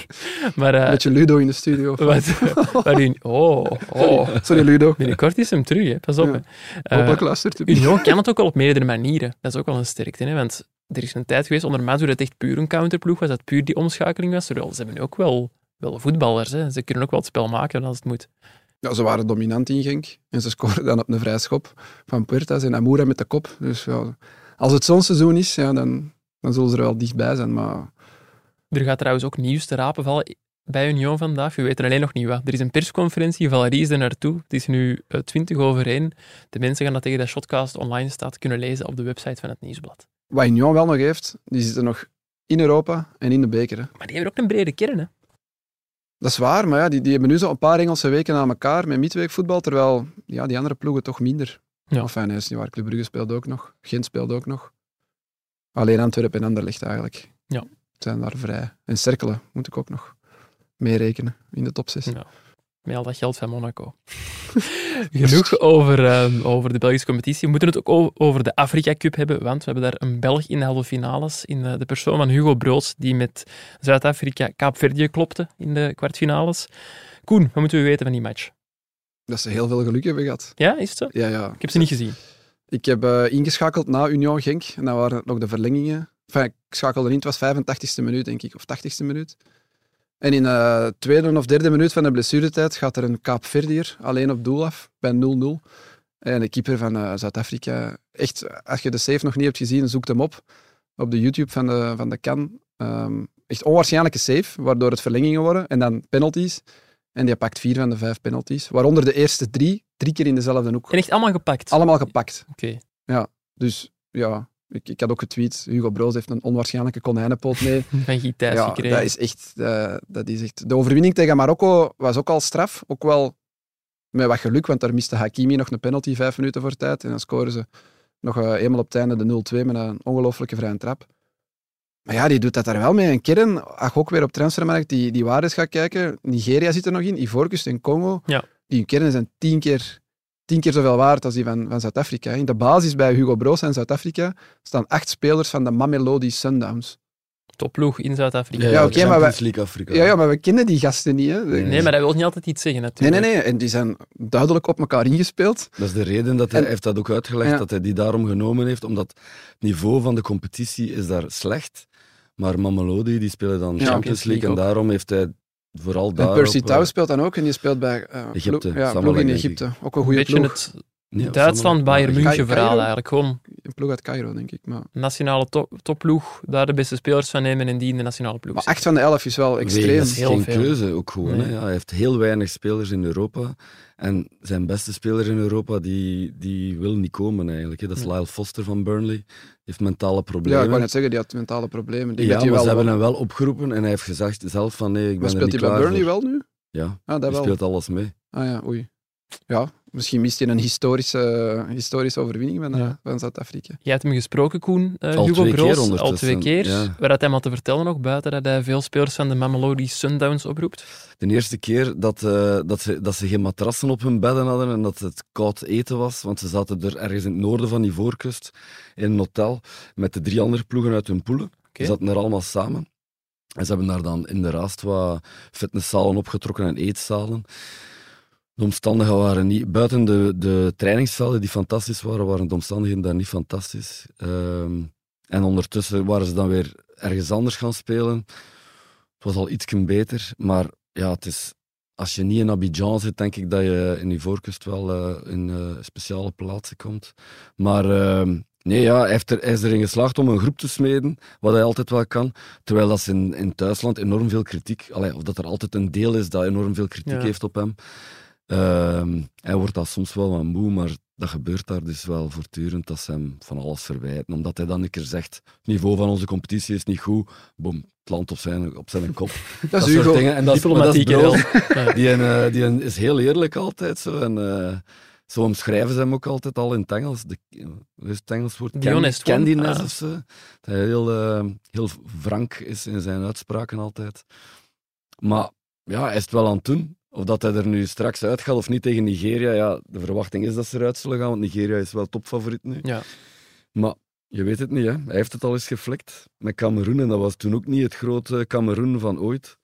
S1: Maar eh,
S2: Een beetje Ludo in de studio. of-
S1: wat, wat Union- Oh, oh.
S2: Sorry Ludo,
S1: Binnenkort is hem terug, hè. pas op.
S2: Ja.
S1: hè. Eh,
S2: hopelijk luistert u.
S1: Union kan het ook wel op meerdere manieren. Dat is ook wel een sterkte. Hè? Want er is een tijd geweest onder Mazu dat het echt puur een counterploeg was, dat puur die omschakeling was. Terwijl ze hebben nu ook wel, wel voetballers. Hè? Ze kunnen ook wel het spel maken als het moet.
S2: Ja, ze waren dominant in Genk en ze scoren dan op een vrij schop van Puertas en Amoura met de kop. Dus ja, als het zo'n seizoen is, ja, dan, dan zullen ze er wel dichtbij zijn, maar
S1: Er gaat trouwens ook nieuws te rapen vallen bij Union vandaag. We weten alleen nog niet wat. Er is een persconferentie, Valérie is er naartoe. Het is nu eh, 20 over 1. De mensen gaan dat tegen dat Shotcast online staat kunnen lezen op de website van het Nieuwsblad.
S2: wat Union wel nog heeft, die zitten nog in Europa en in de beker. hè.
S1: Maar die hebben ook een brede kern, hè?
S2: Dat is waar, maar ja, die, die hebben nu zo een paar Engelse weken aan elkaar met midweekvoetbal, terwijl ja, die andere ploegen toch minder.
S1: Ja.
S2: Enfin, nee, is niet waar. Club Brugge speelt ook nog. Gent speelt ook nog. Alleen Antwerpen en Anderlecht eigenlijk.
S1: Ja.
S2: Zijn daar vrij. En Cerkelen moet ik ook nog meerekenen in de top 6.
S1: Ja. Nou, Met al dat geld van Monaco. Genoeg over, ehm, over de Belgische competitie. We moeten het ook o- over de Afrika Cup hebben, want we hebben daar een Belg in de halve finales. In eh, de persoon van Hugo Broods, die met Zuid-Afrika Kaapverdië klopte in de kwartfinales. Koen, wat moeten we weten van die match?
S2: Dat ze heel veel geluk hebben gehad.
S1: Ja, is het zo?
S2: Ja, ja.
S1: Ik heb ze niet gezien.
S2: Ik heb eh, ingeschakeld na Union Genk. En dan waren het nog de verlengingen. Enfin, ik schakelde in. Het was 85e minuut, denk ik. Of 80e minuut. En in de tweede of derde minuut van de blessuretijd gaat er een Kaapverdier alleen op doel af. Bij 0-0. En de keeper van eh, Zuid-Afrika... Echt, als je de save nog niet hebt gezien, zoek hem op. Op de YouTube van de, van de Can. Ehm, echt onwaarschijnlijke save, waardoor het verlengingen worden. En dan penalties. En die pakt vier van de vijf penalties. Waaronder de eerste drie. Drie keer in dezelfde hoek.
S1: En echt allemaal gepakt.
S2: Allemaal gepakt.
S1: Oké.
S2: Dus ja, ik, ik had ook getweet, Hugo Broos heeft een onwaarschijnlijke konijnenpoot mee.
S1: Van Guy Thijs
S2: ja,
S1: gekregen.
S2: dat is, echt, eh, dat is echt... De overwinning tegen Marokko was ook al straf, ook wel met wat geluk, want daar miste Hakimi nog een penalty vijf minuten voor tijd. En dan scoren ze nog eh, eenmaal op het einde de 0-2 met een ongelooflijke vrije trap. Maar ja, die doet dat daar wel mee. En Kern, ach, ook weer op transfermarkt, die, die waardes gaat kijken. Nigeria zit er nog in, Ivoorkust en Congo.
S1: Ja.
S2: Die kernen zijn tien keer, tien keer zoveel waard als die van, van Zuid-Afrika. In de basis bij Hugo Broos en Zuid-Afrika staan acht spelers van de Mamelodi Sundowns.
S1: Topploeg in Zuid-Afrika.
S2: Ja, oké, maar
S4: Champions League Afrika.
S2: Ja, ja, maar we kennen die gasten niet. Hè.
S4: Nee.
S1: Nee, maar dat wil niet altijd iets zeggen
S2: Nee,
S1: natuurlijk.
S2: nee, nee. En die zijn duidelijk op elkaar ingespeeld.
S4: Dat is de reden dat hij,
S2: En-
S4: hij heeft dat ook uitgelegd,
S2: Ja.
S4: dat hij die daarom genomen heeft, omdat het niveau van de competitie is daar slecht. Maar Mamelodi, die spelen dan
S1: Champions
S4: Champions
S1: League
S4: League en
S1: ook.
S4: daarom heeft hij vooral daar... eh,
S2: en Percy Tau speelt dan ook en die speelt bij eh, ploeg-
S4: Egypte,
S2: Ja,
S4: Zamalek,
S2: ploeg in
S4: denk
S2: Egypte. Ook een
S1: Een
S2: goede
S1: beetje
S2: ploeg.
S1: het Duitsland-Bayern-München-verhaal
S2: Cairo.
S1: eigenlijk. Gewoon
S2: Een ploeg uit Cairo, denk ik. Maar,
S1: nationale to- topploeg, daar de beste spelers van nemen en die in de nationale ploeg
S2: maar
S1: zitten.
S2: 8 van de 11 is wel extreem.
S4: Dat is
S1: heel
S4: geen
S1: veel.
S4: keuze ook gewoon.
S1: Nee.
S4: Hè? Ja, hij heeft heel weinig spelers in Europa. En zijn beste speler in Europa, die, die wil niet komen eigenlijk. Hè? Dat is
S1: Nee.
S4: Lyle Foster van Burnley. Die heeft mentale
S2: Ja,
S4: problemen.
S2: ik wou net zeggen, die had mentale problemen. Ik denk
S4: Ja,
S2: dat die
S4: maar
S2: wel
S4: ze hebben
S2: wel-
S4: hem wel opgeroepen en hij heeft gezegd zelf van nee, ik ben
S2: Maar
S4: er
S2: speelt
S4: niet
S2: hij bij
S4: klaar
S2: Burnley
S4: voor.
S2: wel nu?
S4: Ja,
S2: Ah, dat
S4: hij
S2: wel.
S4: speelt alles mee.
S2: Ah ja, oei. ja, misschien mist hij een historische, historische overwinning van, eh,
S1: Ja.
S2: van Zuid-Afrika.
S1: Jij hebt hem gesproken, Koen, eh,
S4: Al
S1: Hugo
S4: twee keer
S1: Broos, al
S4: ondertussen,
S1: twee keer.
S4: ja.
S1: Waar had hij maar te vertellen nog, buiten dat hij veel spelers van de Mamelodi Sundowns oproept.
S4: De eerste keer dat, eh, dat, ze, dat ze geen matrassen op hun bedden hadden en dat het koud eten was, want ze zaten er ergens in het noorden van die voorkust in een hotel met de drie andere ploegen uit hun poelen.
S1: Oké.
S4: Ze zaten daar allemaal samen. En ze hebben daar dan in de raast wat fitnesszalen opgetrokken en eetzalen. De omstandigheden waren niet... Buiten de, de trainingsvelden die fantastisch waren, waren de omstandigheden daar niet fantastisch. Ehm, en ondertussen waren ze dan weer ergens anders gaan spelen. Het was al iets beter, maar ja, het is, als je niet in Abidjan zit, denk ik dat je in die voorkust wel eh, in eh, speciale plaatsen komt. Maar ehm, nee, ja, hij, heeft er, hij is erin geslaagd om een groep te smeden, wat hij altijd wel kan. Terwijl dat ze in, in Thuisland enorm veel kritiek, allee, of dat er altijd een deel is dat enorm veel kritiek
S1: Ja.
S4: heeft op hem. Ehm, hij wordt daar soms wel wat moe, maar dat gebeurt daar dus wel voortdurend, dat ze hem van alles verwijten. Omdat hij dan een keer zegt, het niveau van onze competitie is niet goed, boom, het land op zijn, op zijn kop.
S2: Dat,
S4: Dat,
S2: is
S4: soort
S2: Hugo.
S4: dingen. En dat, is- maar dat is
S1: Diplomatiek, hè,
S4: Broos.
S1: wel. Ja.
S4: Die, een, eh, die een is heel eerlijk altijd. Zo, en, eh, zo omschrijven ze hem ook altijd al in het Engels. De, hoe is het Engels woord?
S1: The
S4: Can-
S1: honest one.
S4: candiness
S1: Ah.
S4: of zo. Dat hij heel, eh, heel frank is in zijn uitspraken altijd. Maar ja, hij is het wel aan het doen. Of dat hij er nu straks uit gaat of niet tegen Nigeria. Ja, de verwachting is dat ze eruit zullen gaan, want Nigeria is wel topfavoriet nu.
S1: Ja.
S4: Maar je weet het niet, hè. Hij heeft het al eens geflikt met Cameroen. En dat was toen ook niet het grote Cameroen van ooit.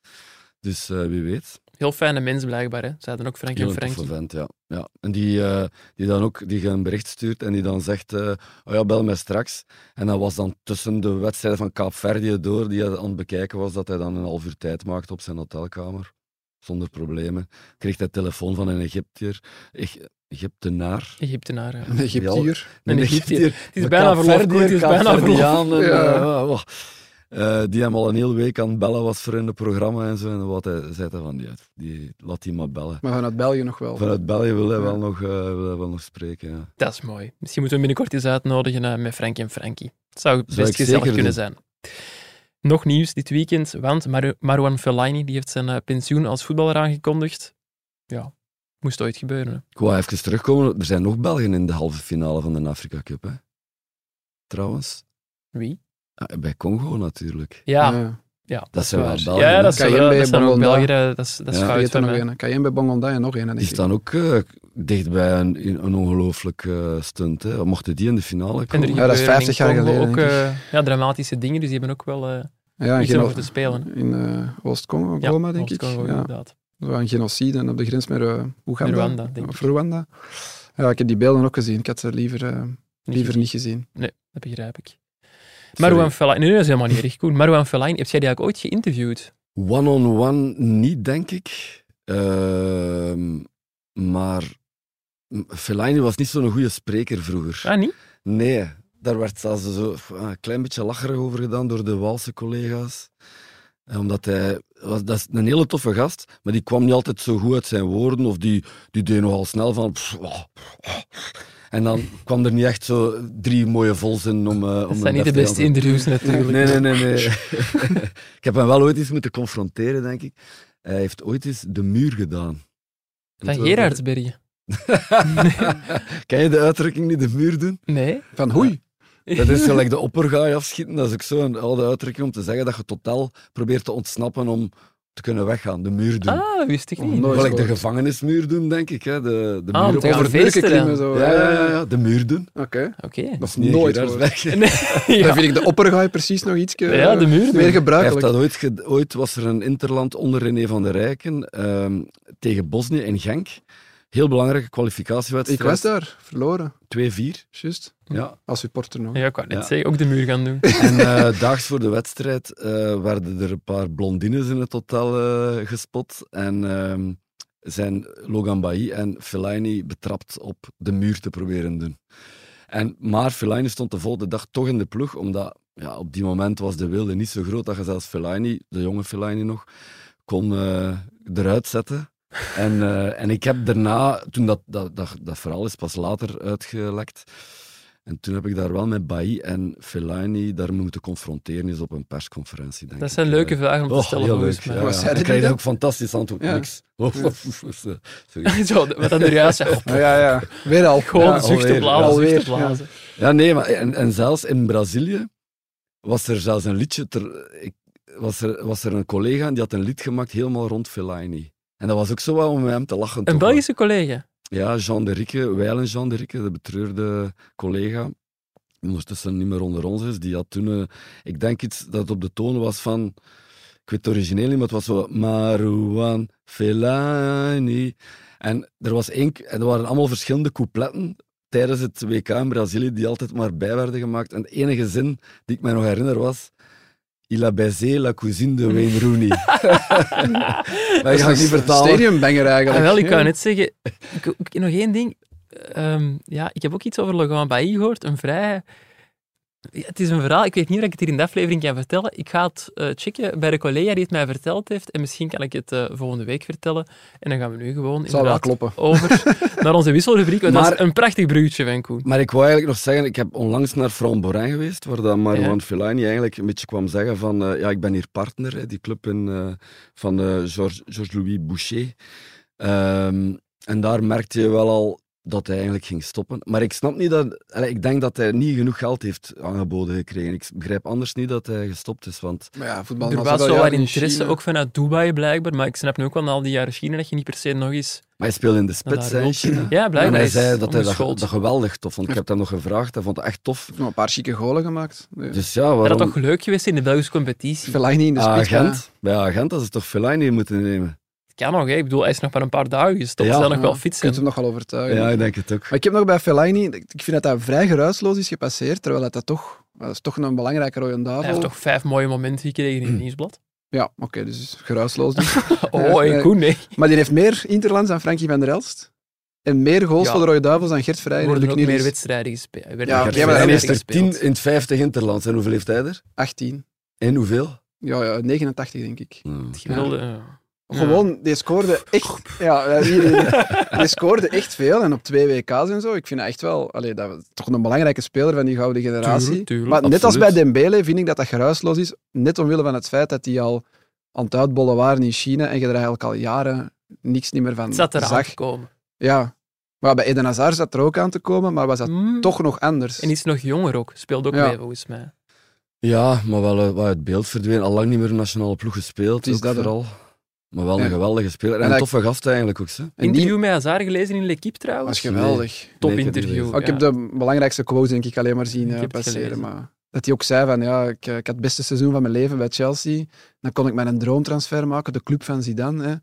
S4: Dus eh, wie weet.
S1: Heel fijne mens blijkbaar, hè. Ze hadden ook Frank en
S4: Heel een
S1: Frankie.
S4: toffe vent, ja. ja. En die, eh, die dan ook die je een bericht stuurt en die dan zegt, eh, oh ja, bel mij straks. En dat was dan tussen de wedstrijden van Kaapverdië door, die hij aan het bekijken was, dat hij dan een half uur tijd maakte op zijn hotelkamer. Zonder problemen. Kreeg hij telefoon van een Egyptier. Eg- Egyptenaar.
S1: Egyptenaar, ja.
S2: Een Egyptier.
S1: Een Egyptier. Het is
S4: Een
S1: bijna verlof,
S4: Kaapverdiër,
S1: Koen, het is bijna verlof.
S4: Kaapverdiaan en,
S2: Ja.
S4: eh, wa- wa- eh, die hem al een hele week aan het bellen was voor in het programma en zo. En wat hij zei hij van, ja, die, laat die maar bellen.
S2: Maar vanuit België nog wel.
S4: Vanuit België wil hij, wel
S2: Ja.
S4: nog, eh, wil hij wel nog spreken. Ja.
S1: Dat is mooi. Misschien moeten we hem binnenkort eens uitnodigen eh, met Frank en Frankie. Het zou best
S4: ik
S1: gezellig
S4: zeker
S1: kunnen
S4: doen.
S1: zijn. Nog nieuws dit weekend, want Maru- Marwan Fellaini die heeft zijn eh, pensioen als voetballer aangekondigd. Ja, moest ooit gebeuren. hè.
S4: Ik wou even terugkomen. Er zijn nog Belgen in de halve finale van de Afrika Cup. Hè? Trouwens.
S1: Wie?
S4: Ah, Bij Congo natuurlijk.
S1: Ja, ja,
S2: Ja.
S1: dat,
S4: dat
S1: is
S4: zijn wel
S1: waar.
S4: Belgen,
S1: Ja,
S4: hè.
S1: dat, is,
S2: Cayenne
S1: wel-
S2: bij
S1: dat zijn ook
S2: Bongonda.
S1: Belgen. eh, Dat is, dat is
S4: Ja,
S1: fout
S2: Vergeet
S1: van
S2: er nog
S1: mij.
S2: één. Cayenne bij Bongonda en nog één. denk
S4: Die
S2: ik.
S4: staan ook eh, dichtbij een, een ongelooflijk eh, stunt. Hè? Mochten die in de finale
S1: En er
S4: komen?
S2: Ja, dat is
S1: gebeuren in
S2: 50 jaar
S1: Congo
S2: geleden,
S1: Ook
S2: denk ik.
S1: eh, ja, dramatische dingen, dus die hebben ook wel eh,
S2: Ja,
S1: iets
S2: geno-
S1: over te spelen. hè.
S2: in eh, Oost-Congo,
S1: Ja,
S2: Goma, denk ik.
S1: Oost-Congo,
S2: Ja.
S1: inderdaad.
S2: Er waren genocide op de grens met eh, Oeganda.
S1: Rwanda, denk
S2: Of Rwanda. Ja, ik heb die beelden ook gezien. Ik had ze liever, eh, liever niet gezien.
S1: Dat begrijp ik.
S4: Sorry.
S1: Marwan Fellaini, nee, dat is helemaal niet erg, Koen. Marwan Fellaini, heb jij die eigenlijk ooit geïnterviewd?
S4: One-on-one niet, denk ik. Ehm, maar Fellaini was niet zo'n goede spreker vroeger.
S1: Ah, niet?
S4: Nee, daar werd zelfs zo ah, een klein beetje lacherig over gedaan door de Waalse collega's. Eh, Omdat hij, was, dat is een hele toffe gast, maar die kwam niet altijd zo goed uit zijn woorden. Of die, die deed nogal snel van. pff, ah, ah. En dan kwam er niet echt zo drie mooie volzinnen om. eh, om
S1: Dat
S4: een
S1: zijn niet de
S4: deftig
S1: beste
S4: antwoord-
S1: interviews natuurlijk.
S4: Nee, nee, nee. nee. ik heb hem wel ooit eens moeten confronteren, denk ik. Hij heeft ooit eens de muur gedaan.
S1: Van Gerardsbergen?
S4: Kan je de uitdrukking niet de muur doen?
S1: Nee.
S2: Van
S1: Ah,
S2: hoei.
S4: Dat is gelijk de oppergaai afschieten. Dat is ook zo'n oude uitdrukking om te zeggen dat je totaal probeert te ontsnappen om te kunnen weggaan. De muur doen.
S1: Ah, dat wist ik
S2: Oh,
S1: niet.
S2: nooit.
S4: Wel, like de
S2: gehoord.
S4: gevangenismuur doen, denk ik. Hè? De, de
S1: Ah,
S4: muur
S1: om
S4: op-
S1: te gaan
S2: Over het murken
S1: feesten,
S2: klimmen
S1: hè?
S2: zo.
S4: ja, ja, ja, ja, de muur doen.
S2: Oké.
S1: Oké.
S2: Dat is
S4: Nee,
S2: nooit
S4: Gerard
S2: gehoord.
S4: Berg.
S1: Ja.
S2: Dan vind ik de oppergaai precies nog iets eh,
S1: Ja, de muur.
S2: meer
S4: Hij heeft
S2: gebruikelijk.
S4: dat ooit, ged- ooit was er een interland onder René van der Rijken ehm, tegen Bosnië en Genk. Heel belangrijke kwalificatiewedstrijd.
S2: Ik was daar, verloren.
S4: 2-4.
S2: Juist.
S4: Ja.
S2: Als supporter nog.
S1: Ja, ik wou net
S4: Ja.
S1: zeggen, ook de muur gaan doen.
S4: En eh, daags voor de wedstrijd eh, werden er een paar blondines in het hotel eh, gespot. En ehm, zijn Logan Bailly en Fellaini betrapt op de muur te proberen doen. En, maar Fellaini stond de volgende dag toch in de ploeg, omdat ja, op die moment was de wilde niet zo groot dat je zelfs Fellaini, de jonge Fellaini nog, kon eh, eruit zetten. En, eh, en ik heb daarna, toen dat, dat, dat, dat verhaal is pas later uitgelekt, En toen heb ik daar wel met Bailly en Fellaini daar moeten confronteren, is op een persconferentie, denk
S1: Dat
S4: ik.
S1: zijn leuke
S4: Eh,
S1: vragen om te
S4: oh,
S1: stellen,
S4: heel
S1: volgens
S4: leuk.
S1: mij.
S4: Ja,
S2: Wat
S4: ja.
S2: zeiden
S4: Dan krijg
S2: die
S4: je
S2: dan?
S4: ook fantastisch antwoord.
S2: Ja.
S4: Niks. Oh, sorry.
S1: Zo, wat dan er juist ja,
S2: Ah, ja, ja. Weer al.
S1: Gewoon
S2: Ja.
S1: zucht te
S4: alweer,
S1: blazen,
S2: ja.
S1: zucht te
S2: Alweer, ja.
S1: blazen.
S4: Ja, nee, maar en, en zelfs in Brazilië was er zelfs een liedje. Ter, ik, was, er, was er een collega en die had een lied gemaakt helemaal rond Fellaini. En dat was ook zo wel om met hem te lachen.
S1: Een
S4: toch,
S1: Belgische collega.
S4: hè? Ja, Jean de Rieke, Wijlen Jean de Rieke, de betreurde collega, die ondertussen niet meer onder ons is, die had toen, eh, ik denk iets dat op de toon was van, ik weet het origineel niet, maar het was zo, Marouan Fellaini. En er, was één, k- en er waren allemaal verschillende coupletten tijdens het WK in Brazilië die altijd maar bij werden gemaakt. En de enige zin die ik me nog herinner was... Il a baisé la cousine de Wayne Rooney. maar ik ga het niet vertalen.
S2: Stadiumbanger eigenlijk.
S1: Ah, wel, ik
S2: Ja.
S1: kan net zeggen, ik, ik- nog één ding. Ehm, ja, ik heb ook iets over Logan Bailly gehoord, een vrij... Ja, het is een verhaal, ik weet niet of ik het hier in de aflevering kan vertellen. Ik ga het eh, checken bij de collega die het mij verteld heeft en misschien kan ik het eh, volgende week vertellen. En dan gaan we nu gewoon
S2: Het zal wel
S1: inderdaad
S2: kloppen.
S1: over naar onze wisselrubriek, want dat is
S4: Maar-
S1: een prachtig bruggetje van Koen.
S4: Maar ik wou eigenlijk nog zeggen, ik heb onlangs naar Framborin geweest, waar dat Marwan
S1: Ja.
S4: Fellaini eigenlijk een beetje kwam zeggen van, eh, ja, ik ben hier partner, hè, die club in, eh, van eh, Georges Georges-Louis Boucher. Ehm, en daar merkte je wel al dat hij eigenlijk ging stoppen. Maar ik snap niet dat... allee, ik denk dat hij niet genoeg geld heeft aangeboden gekregen. Ik begrijp anders niet dat hij gestopt is, want...
S2: Maar ja, voetbal
S1: Er was zo wat interesse, ook vanuit Dubai blijkbaar, maar ik snap nu ook wel na al die jaren China dat je niet per se nog eens...
S4: Maar hij speelde in de
S1: naar Nou,
S4: spits,
S1: daar
S4: hè, in
S1: wilt.
S4: China.
S1: Ja, blijkbaar.
S4: en hij
S1: is
S4: zei dat hij dat,
S1: ongeschoold.
S4: dat geweldig tof vond. Ik heb dat nog gevraagd, hij vond het echt tof.
S2: Nog een paar chique golen gemaakt. Nee.
S4: Dus ja, waarom...
S1: Had Dat had toch leuk geweest in de Belgische competitie?
S2: Fellaini in
S1: Ah,
S2: de spits.
S4: agent? Ah, Bij agent hadden ze toch Fellaini moeten nemen?
S1: kan nog, hè. ik bedoel, hij is nog maar een paar dagen gestopt. Hij
S4: Ja.
S1: zal nog
S2: Ja,
S1: wel
S2: Je
S1: fietsen.
S2: kunt hem nog wel overtuigen.
S4: Ja, ik denk het ook.
S2: Maar ik heb nog bij Fellaini, ik vind dat dat vrij geruisloos is gepasseerd, terwijl dat, dat toch, dat is toch een belangrijke rode
S1: Hij
S2: duivel.
S1: heeft toch vijf mooie momenten gekregen
S2: Hm.
S1: in het nieuwsblad.
S2: Ja, oké, dus geruisloos dus.
S1: Oh, hey,
S2: nee.
S1: Koen, nee.
S2: maar die heeft meer interlands dan Frankie van der Elst. En meer goals
S1: Ja.
S2: voor de rode duivels dan Gert Vrij
S1: Er
S2: en
S1: worden
S2: Luc
S1: ook meer
S2: Niels.
S1: wedstrijden gespeeld. Er werden
S2: Ja,
S1: meer
S2: ja, maar
S1: wedstrijden
S2: dan
S4: hij
S2: is
S4: heeft er
S1: gespeeld.
S4: 10 in het 50 interland. En hoeveel heeft hij er?
S2: 18.
S4: En hoeveel?
S2: Ja, ja, 89 denk ik.
S1: Het gemiddelde, ja. Ja.
S2: Gewoon, die scoorde echt... Ja, ja, die, die, die scoorde echt veel. En op twee WK's en zo, ik vind dat echt wel... Allee, dat was toch een belangrijke speler van die gouden generatie.
S1: Tuurlijk, tuurlijk,
S2: maar net als bij
S4: absoluut.
S2: Dembele vind ik dat dat geruisloos is. Net omwille van het feit dat die al aan het uitbollen waren in China en je er eigenlijk al jaren niks niet meer van
S1: Het zat eraan
S2: zag.
S1: te komen.
S2: Ja. Maar bij Eden Hazard zat er ook aan te komen, maar was dat
S1: Mm.
S2: toch nog anders.
S1: En is nog jonger ook. Speelt ook
S2: Ja.
S1: mee, volgens mij.
S4: Ja, maar wel eh, wat uit beeld verdwenen. Al lang niet meer een nationale ploeg gespeeld.
S2: Het is
S4: ook
S2: dat, hè.
S4: vooral. Maar wel
S2: Ja.
S4: een geweldige speler. En,
S2: En
S4: een
S2: hij-
S4: toffe gast eigenlijk ook. Ze.
S2: En die
S1: Interview met Hazard gelezen in L'Equipe
S2: was
S1: trouwens.
S2: geweldig.
S1: Top
S4: Nee, ik heb die
S1: interview.
S4: gelezen.
S2: Oh, ik heb de belangrijkste quote denk ik alleen maar
S1: Ik
S2: zien eh,
S1: heb het
S2: passeren.
S1: gelezen.
S2: Maar dat hij ook zei van ja, ik, eh, ik had het beste seizoen van mijn leven bij Chelsea. Dan kon ik mijn droomtransfer maken, de club van Zidane. Hè.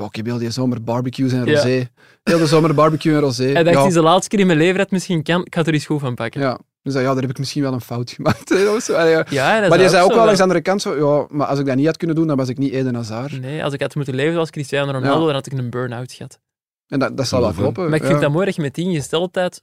S2: Ja, ik heb heel die zomer barbecues en
S1: Ja.
S2: rosé. Heel de zomer barbecue en rosé.
S1: Hij dacht,
S2: ja.
S1: het is de laatste keer in mijn leven dat het misschien kan. Ik ga het er eens goed van pakken.
S2: ja. Dus ja, daar heb ik misschien wel een fout gemaakt. hè. Dat was zo, allee, ja.
S1: Ja, dat
S2: Maar
S1: is
S2: je zei ook
S1: zo,
S2: wel
S1: dat-
S2: eens aan de andere kant zo, ja, maar als ik dat niet had kunnen doen, dan was ik niet Eden Hazard.
S1: Nee, als ik had moeten leven zoals Cristiano Ronaldo,
S2: Ja.
S1: dan had ik een burn-out gehad.
S2: En dat, dat zal wel
S4: Ja,
S2: kloppen.
S1: Maar ik
S2: ja.
S1: vind dat mooi dat je met tien gesteldheid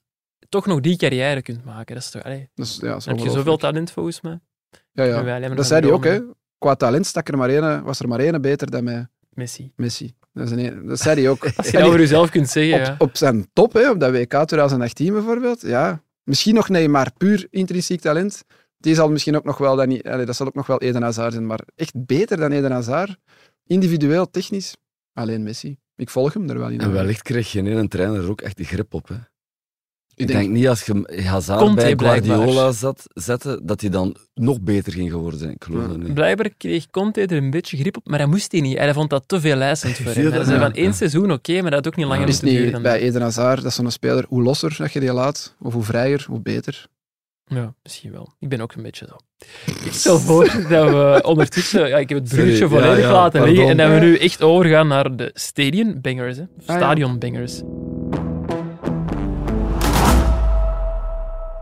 S1: toch nog die carrière kunt maken. Dat is toch, allee,
S2: Dus, ja, dat is
S1: dan heb je
S2: ongelooflijk.
S1: zoveel talent volgens mij.
S2: Ja,
S1: Kunnen
S2: ja.
S1: wij alleen maar
S2: Dat
S1: van
S2: zei hij ook, hè.
S1: dromen.
S2: Qua talent stak er maar ene, was er maar ene beter dan mij,
S1: Messi.
S2: Messi. Dat, is een, e- dat zei hij ook.
S1: Als je
S2: En
S1: dat
S2: ik-
S1: over jezelf kunt zeggen, ja.
S2: op, op zijn top, hè, op dat WK 2018 bijvoorbeeld. Ja. Misschien nog nee, maar puur intrinsiek talent. Die zal misschien ook nog wel, dat, niet, allee, dat zal ook nog wel Eden Hazard zijn, maar echt beter dan Eden Hazard. Individueel, technisch, alleen Messi. Ik volg hem er wel in.
S4: En wellicht kreeg geen ene trainer er ook echt de grip op. Hè. Ik,
S2: ik
S4: denk, niet als je Hazard
S1: Conte
S4: bij
S1: blijkbaar.
S4: Guardiola zat, zette, dat hij dan nog beter ging geworden zijn. Ik geloof
S2: Ja.
S4: dat niet.
S1: Blijkbaar kreeg Conte er een beetje grip op, maar hij moest hij niet. Hij vond dat te veel lijstend voor
S4: Zie
S1: hem.
S4: je
S1: Hij
S4: dat?
S1: zei van
S4: Ja,
S1: één
S4: ja.
S1: seizoen, oké, maar dat had ook niet langer
S4: Ja.
S2: is
S1: moeten duren
S2: niet
S1: dan
S2: bij
S1: dat.
S2: Eden Hazard, dat is zo'n speler, hoe losser dat je die laat, of hoe vrijer, hoe beter.
S1: Ja, misschien wel. Ik ben ook een beetje zo. Ik stel voor dat we ondertussen... Ja, ik heb het
S4: Sorry,
S1: bruggetje
S4: ja,
S1: volledig
S4: ja,
S1: laten
S4: pardon.
S1: liggen en dat we nu echt overgaan naar de stadionbangers, hè.
S2: ja.
S1: Stadionbangers.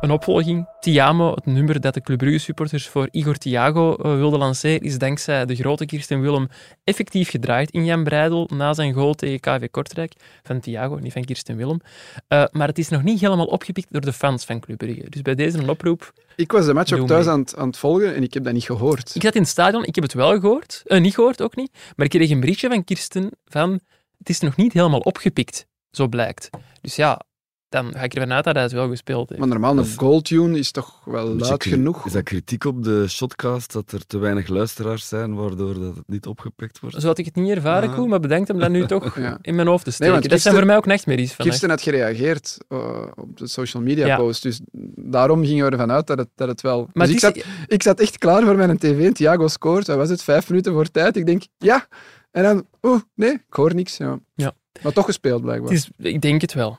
S1: Een opvolging. Tiamo, het nummer dat de Club Brugge supporters voor Igor Thiago eh, wilden lanceren, is dankzij de grote Kirsten Willem effectief gedraaid in Jan Breidel na zijn goal tegen KV Kortrijk. Van Thiago, niet van Kirsten Willem. Eh, maar het is nog niet helemaal opgepikt door de fans van Club Brugge. Dus bij deze een oproep.
S2: Ik was de match
S1: Doe
S2: ook thuis
S1: mee.
S2: aan het, aan het volgen en ik heb dat niet gehoord.
S1: Ik zat in het stadion, ik heb het wel gehoord. eh, niet gehoord, ook niet. Maar ik kreeg een berichtje van Kirsten van... Het is nog niet helemaal opgepikt, zo blijkt. Dus ja, dan ga ik ervan uit dat hij het wel gespeeld heeft.
S2: Maar normaal,
S4: Dat
S2: een
S4: is-
S2: goaltune is toch wel
S4: Beetje
S2: luid
S4: kri-
S2: genoeg?
S4: Is dat kritiek op de shotcast dat er te weinig luisteraars zijn, waardoor dat het niet opgepikt wordt?
S1: Zo had ik het niet ervaren,
S4: Ja.
S1: Koen, maar bedenk hem dat nu toch
S2: Ja.
S1: in mijn hoofd te steken.
S2: want
S1: dat zijn
S2: gisteren-
S1: voor mij ook nachtmerries van.
S2: Kirsten had gereageerd eh, op de social media
S1: Ja.
S2: post, dus daarom gingen we ervan uit dat het, dat het wel...
S1: Maar
S2: dus ik
S1: het
S2: zat,
S1: is-
S2: ik zat echt klaar voor mijn tv en Thiago scoort, wat was het, vijf minuten voor tijd? Ik denk, ja. En dan, oeh, nee, ik hoor niks. Ja.
S1: Ja.
S2: Maar toch gespeeld, blijkbaar.
S1: het is, ik denk het wel.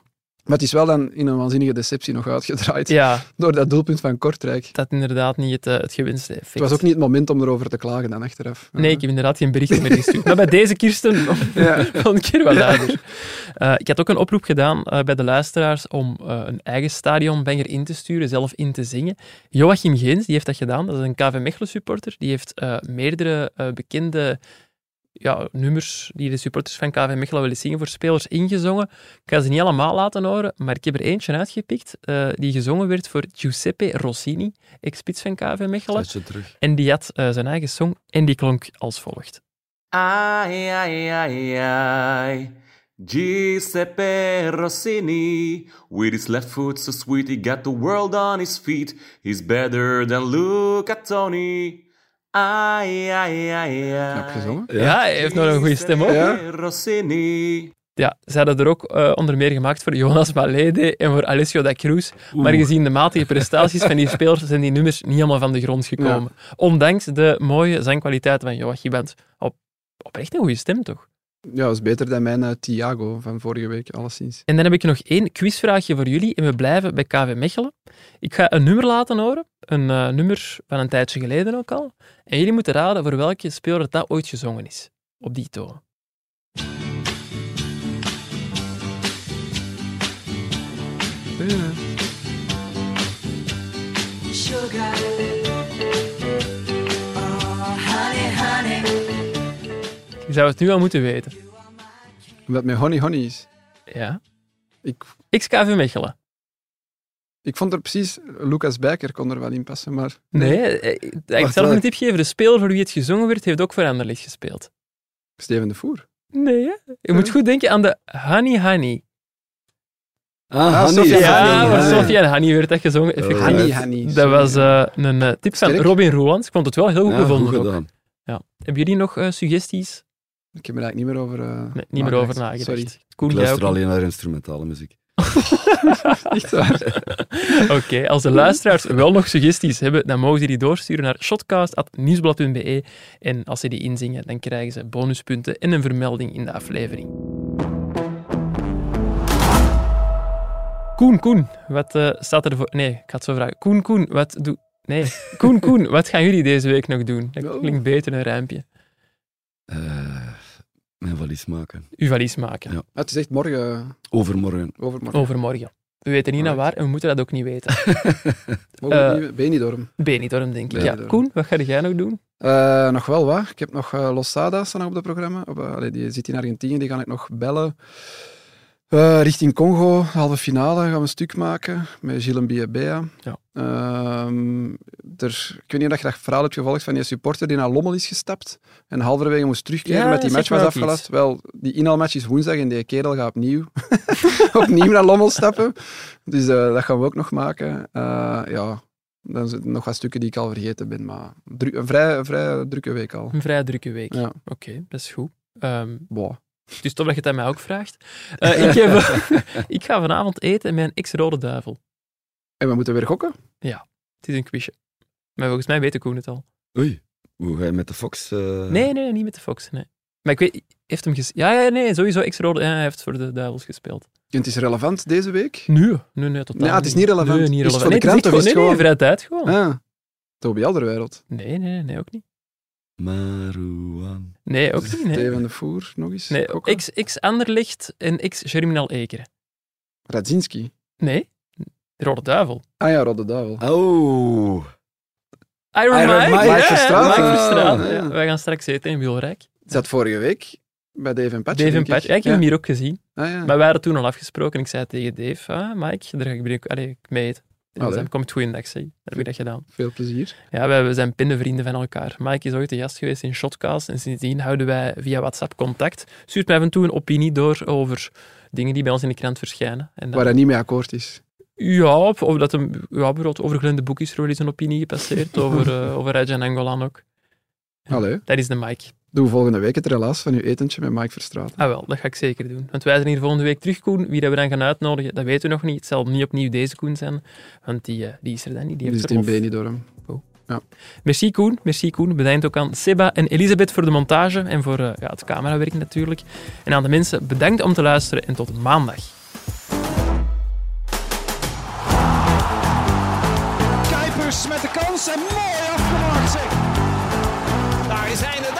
S2: Maar het is wel dan in een waanzinnige deceptie nog uitgedraaid
S1: Ja,
S2: door dat doelpunt van Kortrijk.
S1: dat inderdaad niet het, eh, het gewinste effect.
S2: Het was ook niet het moment om erover te klagen dan achteraf.
S1: Nee, ik heb inderdaad geen bericht meer gestuurd. Maar bij deze Kirsten
S2: Ja.
S1: wel een keer wel luider. Eh, ik had ook een oproep gedaan eh, bij de luisteraars om eh, een eigen stadionbanger in te sturen, zelf in te zingen. Joachim Geens, die heeft dat gedaan. Dat is een KV Mechelen supporter. Die heeft eh, meerdere eh, bekende ja, nummers die de supporters van KV Mechelen willen zingen voor spelers ingezongen. Ik ga ze niet allemaal laten horen, maar ik heb er eentje uitgepikt eh, die gezongen werd voor Giuseppe Rossini, ex-spits van KV Mechelen.
S4: Zet je terug.
S1: En die had eh, zijn eigen song en die klonk als volgt.
S5: Ai, ai, ai, ai. Giuseppe Rossini, with his left foot so sweet, he got the world on his feet. He's better than Luca Toni. Ai, ai, ai, ai.
S2: Knap gezongen.
S1: Ja, hij heeft nog een goede stem ook. Ja,
S2: Ja.
S5: Rossini.
S1: ze hadden er ook eh, onder meer gemaakt voor Jonas Malede en voor Alessio da Cruz. Maar gezien de matige prestaties van die spelers zijn die nummers niet helemaal van de grond gekomen. Ondanks de mooie zangkwaliteit van Joachim Bent. Op, oprecht een goede stem, toch?
S2: Ja, dat is beter dan mijn eh, Thiago van vorige week, alleszins.
S1: En dan heb ik nog één quizvraagje voor jullie. En we blijven bij KV Mechelen. Ik ga een nummer laten horen. Een eh, nummer van een tijdje geleden ook al. En jullie moeten raden voor welke speler dat ooit gezongen is. Op die toon.
S6: Sugar. Oh, honey, honey.
S1: Je zou het nu al moeten weten.
S2: Omdat mijn honey honey is.
S1: Ja.
S2: Ik,
S1: XKV Mechelen.
S2: ik vond er precies... Lucas Bijker kon er wel in passen, maar...
S1: Nee, eh, ik ga
S4: Wacht,
S1: zelf
S4: wat?
S1: een tip geven. De speler voor wie het gezongen werd, heeft ook voor Anderlecht gespeeld.
S2: Steven de Voer.
S1: Nee, hè? Je moet goed denken aan de Honey Honey.
S4: Ah,
S2: Ah,
S4: Hanni.
S2: Sofia.
S1: Ja,
S2: Ja,
S1: maar
S2: Honey,
S1: voor
S2: Honey.
S1: Sophie en Honey werd dat gezongen. effectief.
S4: Honey,
S2: Honey honey.
S1: Dat
S2: sorry.
S1: was eh, een eh, tip van
S2: Sterk.
S1: Robin Roans. Ik vond het wel heel goed
S4: Ja,
S1: gevonden. ook.
S4: gedaan.
S1: Hebben jullie nog eh, suggesties?
S2: Ik heb er eigenlijk niet meer over... eh,
S1: Ah, Nee, niet meer over nagedacht.
S2: Sorry.
S1: Koen,
S4: Ik
S1: jij ook
S4: luister alleen naar instrumentale muziek.
S2: Echt waar.
S1: Oké, als de luisteraars wel nog suggesties hebben, dan mogen ze die doorsturen naar shotcast.nieuwsblad.be. En als ze die inzingen, dan krijgen ze bonuspunten en een vermelding in de aflevering. Koen, Koen, wat eh, staat er voor... Nee, ik ga het zo vragen. Koen, Koen, wat doe... Nee, Koen, Koen, wat gaan jullie deze week nog doen? Dat
S2: Oh.
S1: klinkt beter, een ruimpje.
S4: Eh, mijn valies maken.
S1: Uw valies maken.
S4: Ja.
S2: Het is echt morgen, eh,
S4: Overmorgen.
S2: overmorgen.
S1: Overmorgen. We weten niet naar waar en we moeten dat ook niet weten.
S2: Mogen
S1: eh,
S2: we niet- ben je niet door hem?
S1: Benidorm, denk ik. Ja,
S2: Benidorm.
S1: Koen, wat ga jij nog doen?
S2: Eh, nog wel wat. Ik heb nog eh, Losada staan op het programma. Op, eh, allee, die zit in Argentinië, die ga ik nog bellen. Eh, richting Congo, halve finale, gaan we een stuk maken met Gilles Biabea.
S1: Ja.
S2: Ehm, er, ik weet niet of je dat verhaal hebt gevolgd van die supporter die naar Lommel is gestapt en halverwege moest terugkeren
S1: Ja,
S2: met die
S1: zeg
S2: match
S1: maar
S2: was
S1: ook iets.
S2: afgelast. Wel, die inhaalmatch is woensdag en die kerel gaat opnieuw, opnieuw naar Lommel stappen. Dus eh, dat gaan we ook nog maken. Eh, ja, dan zijn er nog wat stukken die ik al vergeten ben, maar dru- een vrij, een vrij drukke week al.
S1: Een vrij drukke week.
S2: Ja.
S1: Oké, dat is goed. Ehm,
S2: Boah.
S1: het is tof dat je het aan mij ook vraagt. Eh, ik, heb, ik ga vanavond eten met een X-rode duivel.
S2: En we moeten weer gokken.
S1: Het is een quizje. Maar volgens mij weet de Koen het al.
S4: Oei. Hoe ga je met de Fox? eh,
S1: Nee, nee, niet met de Fox. Nee. Maar ik weet, heeft hem ges... Ja, ja, nee, sowieso X-rode. Ja, hij heeft voor de duivels gespeeld.
S2: En het is relevant deze week.
S1: Nu? Nee, nee, totaal
S2: Ja, het is niet relevant.
S1: Nee,
S2: Is
S1: niet
S2: het
S1: relevant.
S2: voor de
S1: Nee,
S2: krant of
S1: is echt
S2: is het
S1: gewoon- nee, nee,
S2: gewoon-
S1: vrij tijd gewoon.
S2: Ah, Toby Alderwereld.
S1: Nee, nee, nee, ook niet.
S4: Marouan.
S1: Nee, ook niet. Nee.
S2: Steven de Voer, nog eens.
S1: Nee,
S2: gokken.
S1: X, X Anderlicht en X Germinal Ekeren.
S2: Radzinski.
S1: Nee, de Rode Duivel.
S2: Ah ja, Rodde Duivel.
S4: Oh.
S1: Iron,
S4: Iron
S1: Mike,
S4: Mike
S1: ja,
S2: Verstraeten.
S1: Mike
S4: Ah,
S1: Verstraeten, ja.
S2: ja.
S1: Wij gaan straks eten in Wilrijk.
S2: Zat vorige week bij Dave en Patje.
S1: Dave en
S2: denk
S1: Patje. Ja, ik heb
S2: Ja.
S1: hem hier ook gezien.
S2: Ah, ja.
S1: Maar wij hadden toen al afgesproken. Ik zei tegen Dave, ah, Mike, daar ga ik, allee, ik mee eten. En
S2: Allee.
S1: Sam komt goed in de actie. Dat heb ik dat gedaan.
S2: Veel plezier.
S1: Ja, wij- we zijn pinnenvrienden van elkaar. Mike is ooit de gast geweest in Shotcast en sindsdien houden wij via WhatsApp contact. Stuurt mij af en toe een opinie door over dingen die bij ons in de krant verschijnen. En dan-
S2: Waar hij niet mee akkoord is.
S1: Ja, of, of dat hem, ja, bijvoorbeeld over Glenn de Boek is er wel eens een opinie gepasseerd, over, eh, over Rajan Angolan ook.
S2: Allee.
S1: Dat is de Mike.
S2: Doe volgende week het relaas van uw etentje met Mike Verstraat.
S1: Ah wel, dat ga ik zeker doen. Want wij zijn hier volgende week terug, Koen. Wie dat we dan gaan uitnodigen, dat weten we nog niet. Het zal niet opnieuw deze Koen zijn, want die, eh, die is er dan niet. Die
S2: Die
S1: heeft
S2: zit in
S1: verlof.
S2: Benidorm.
S1: Merci Koen, merci Koen. Bedankt ook aan Seba en Elisabeth voor de montage en voor eh, ja, het camerawerk natuurlijk. En aan de mensen, bedankt om te luisteren en tot maandag.
S3: Kuipers met de kans en mooi afgemaakt zeg. Daar zijn de,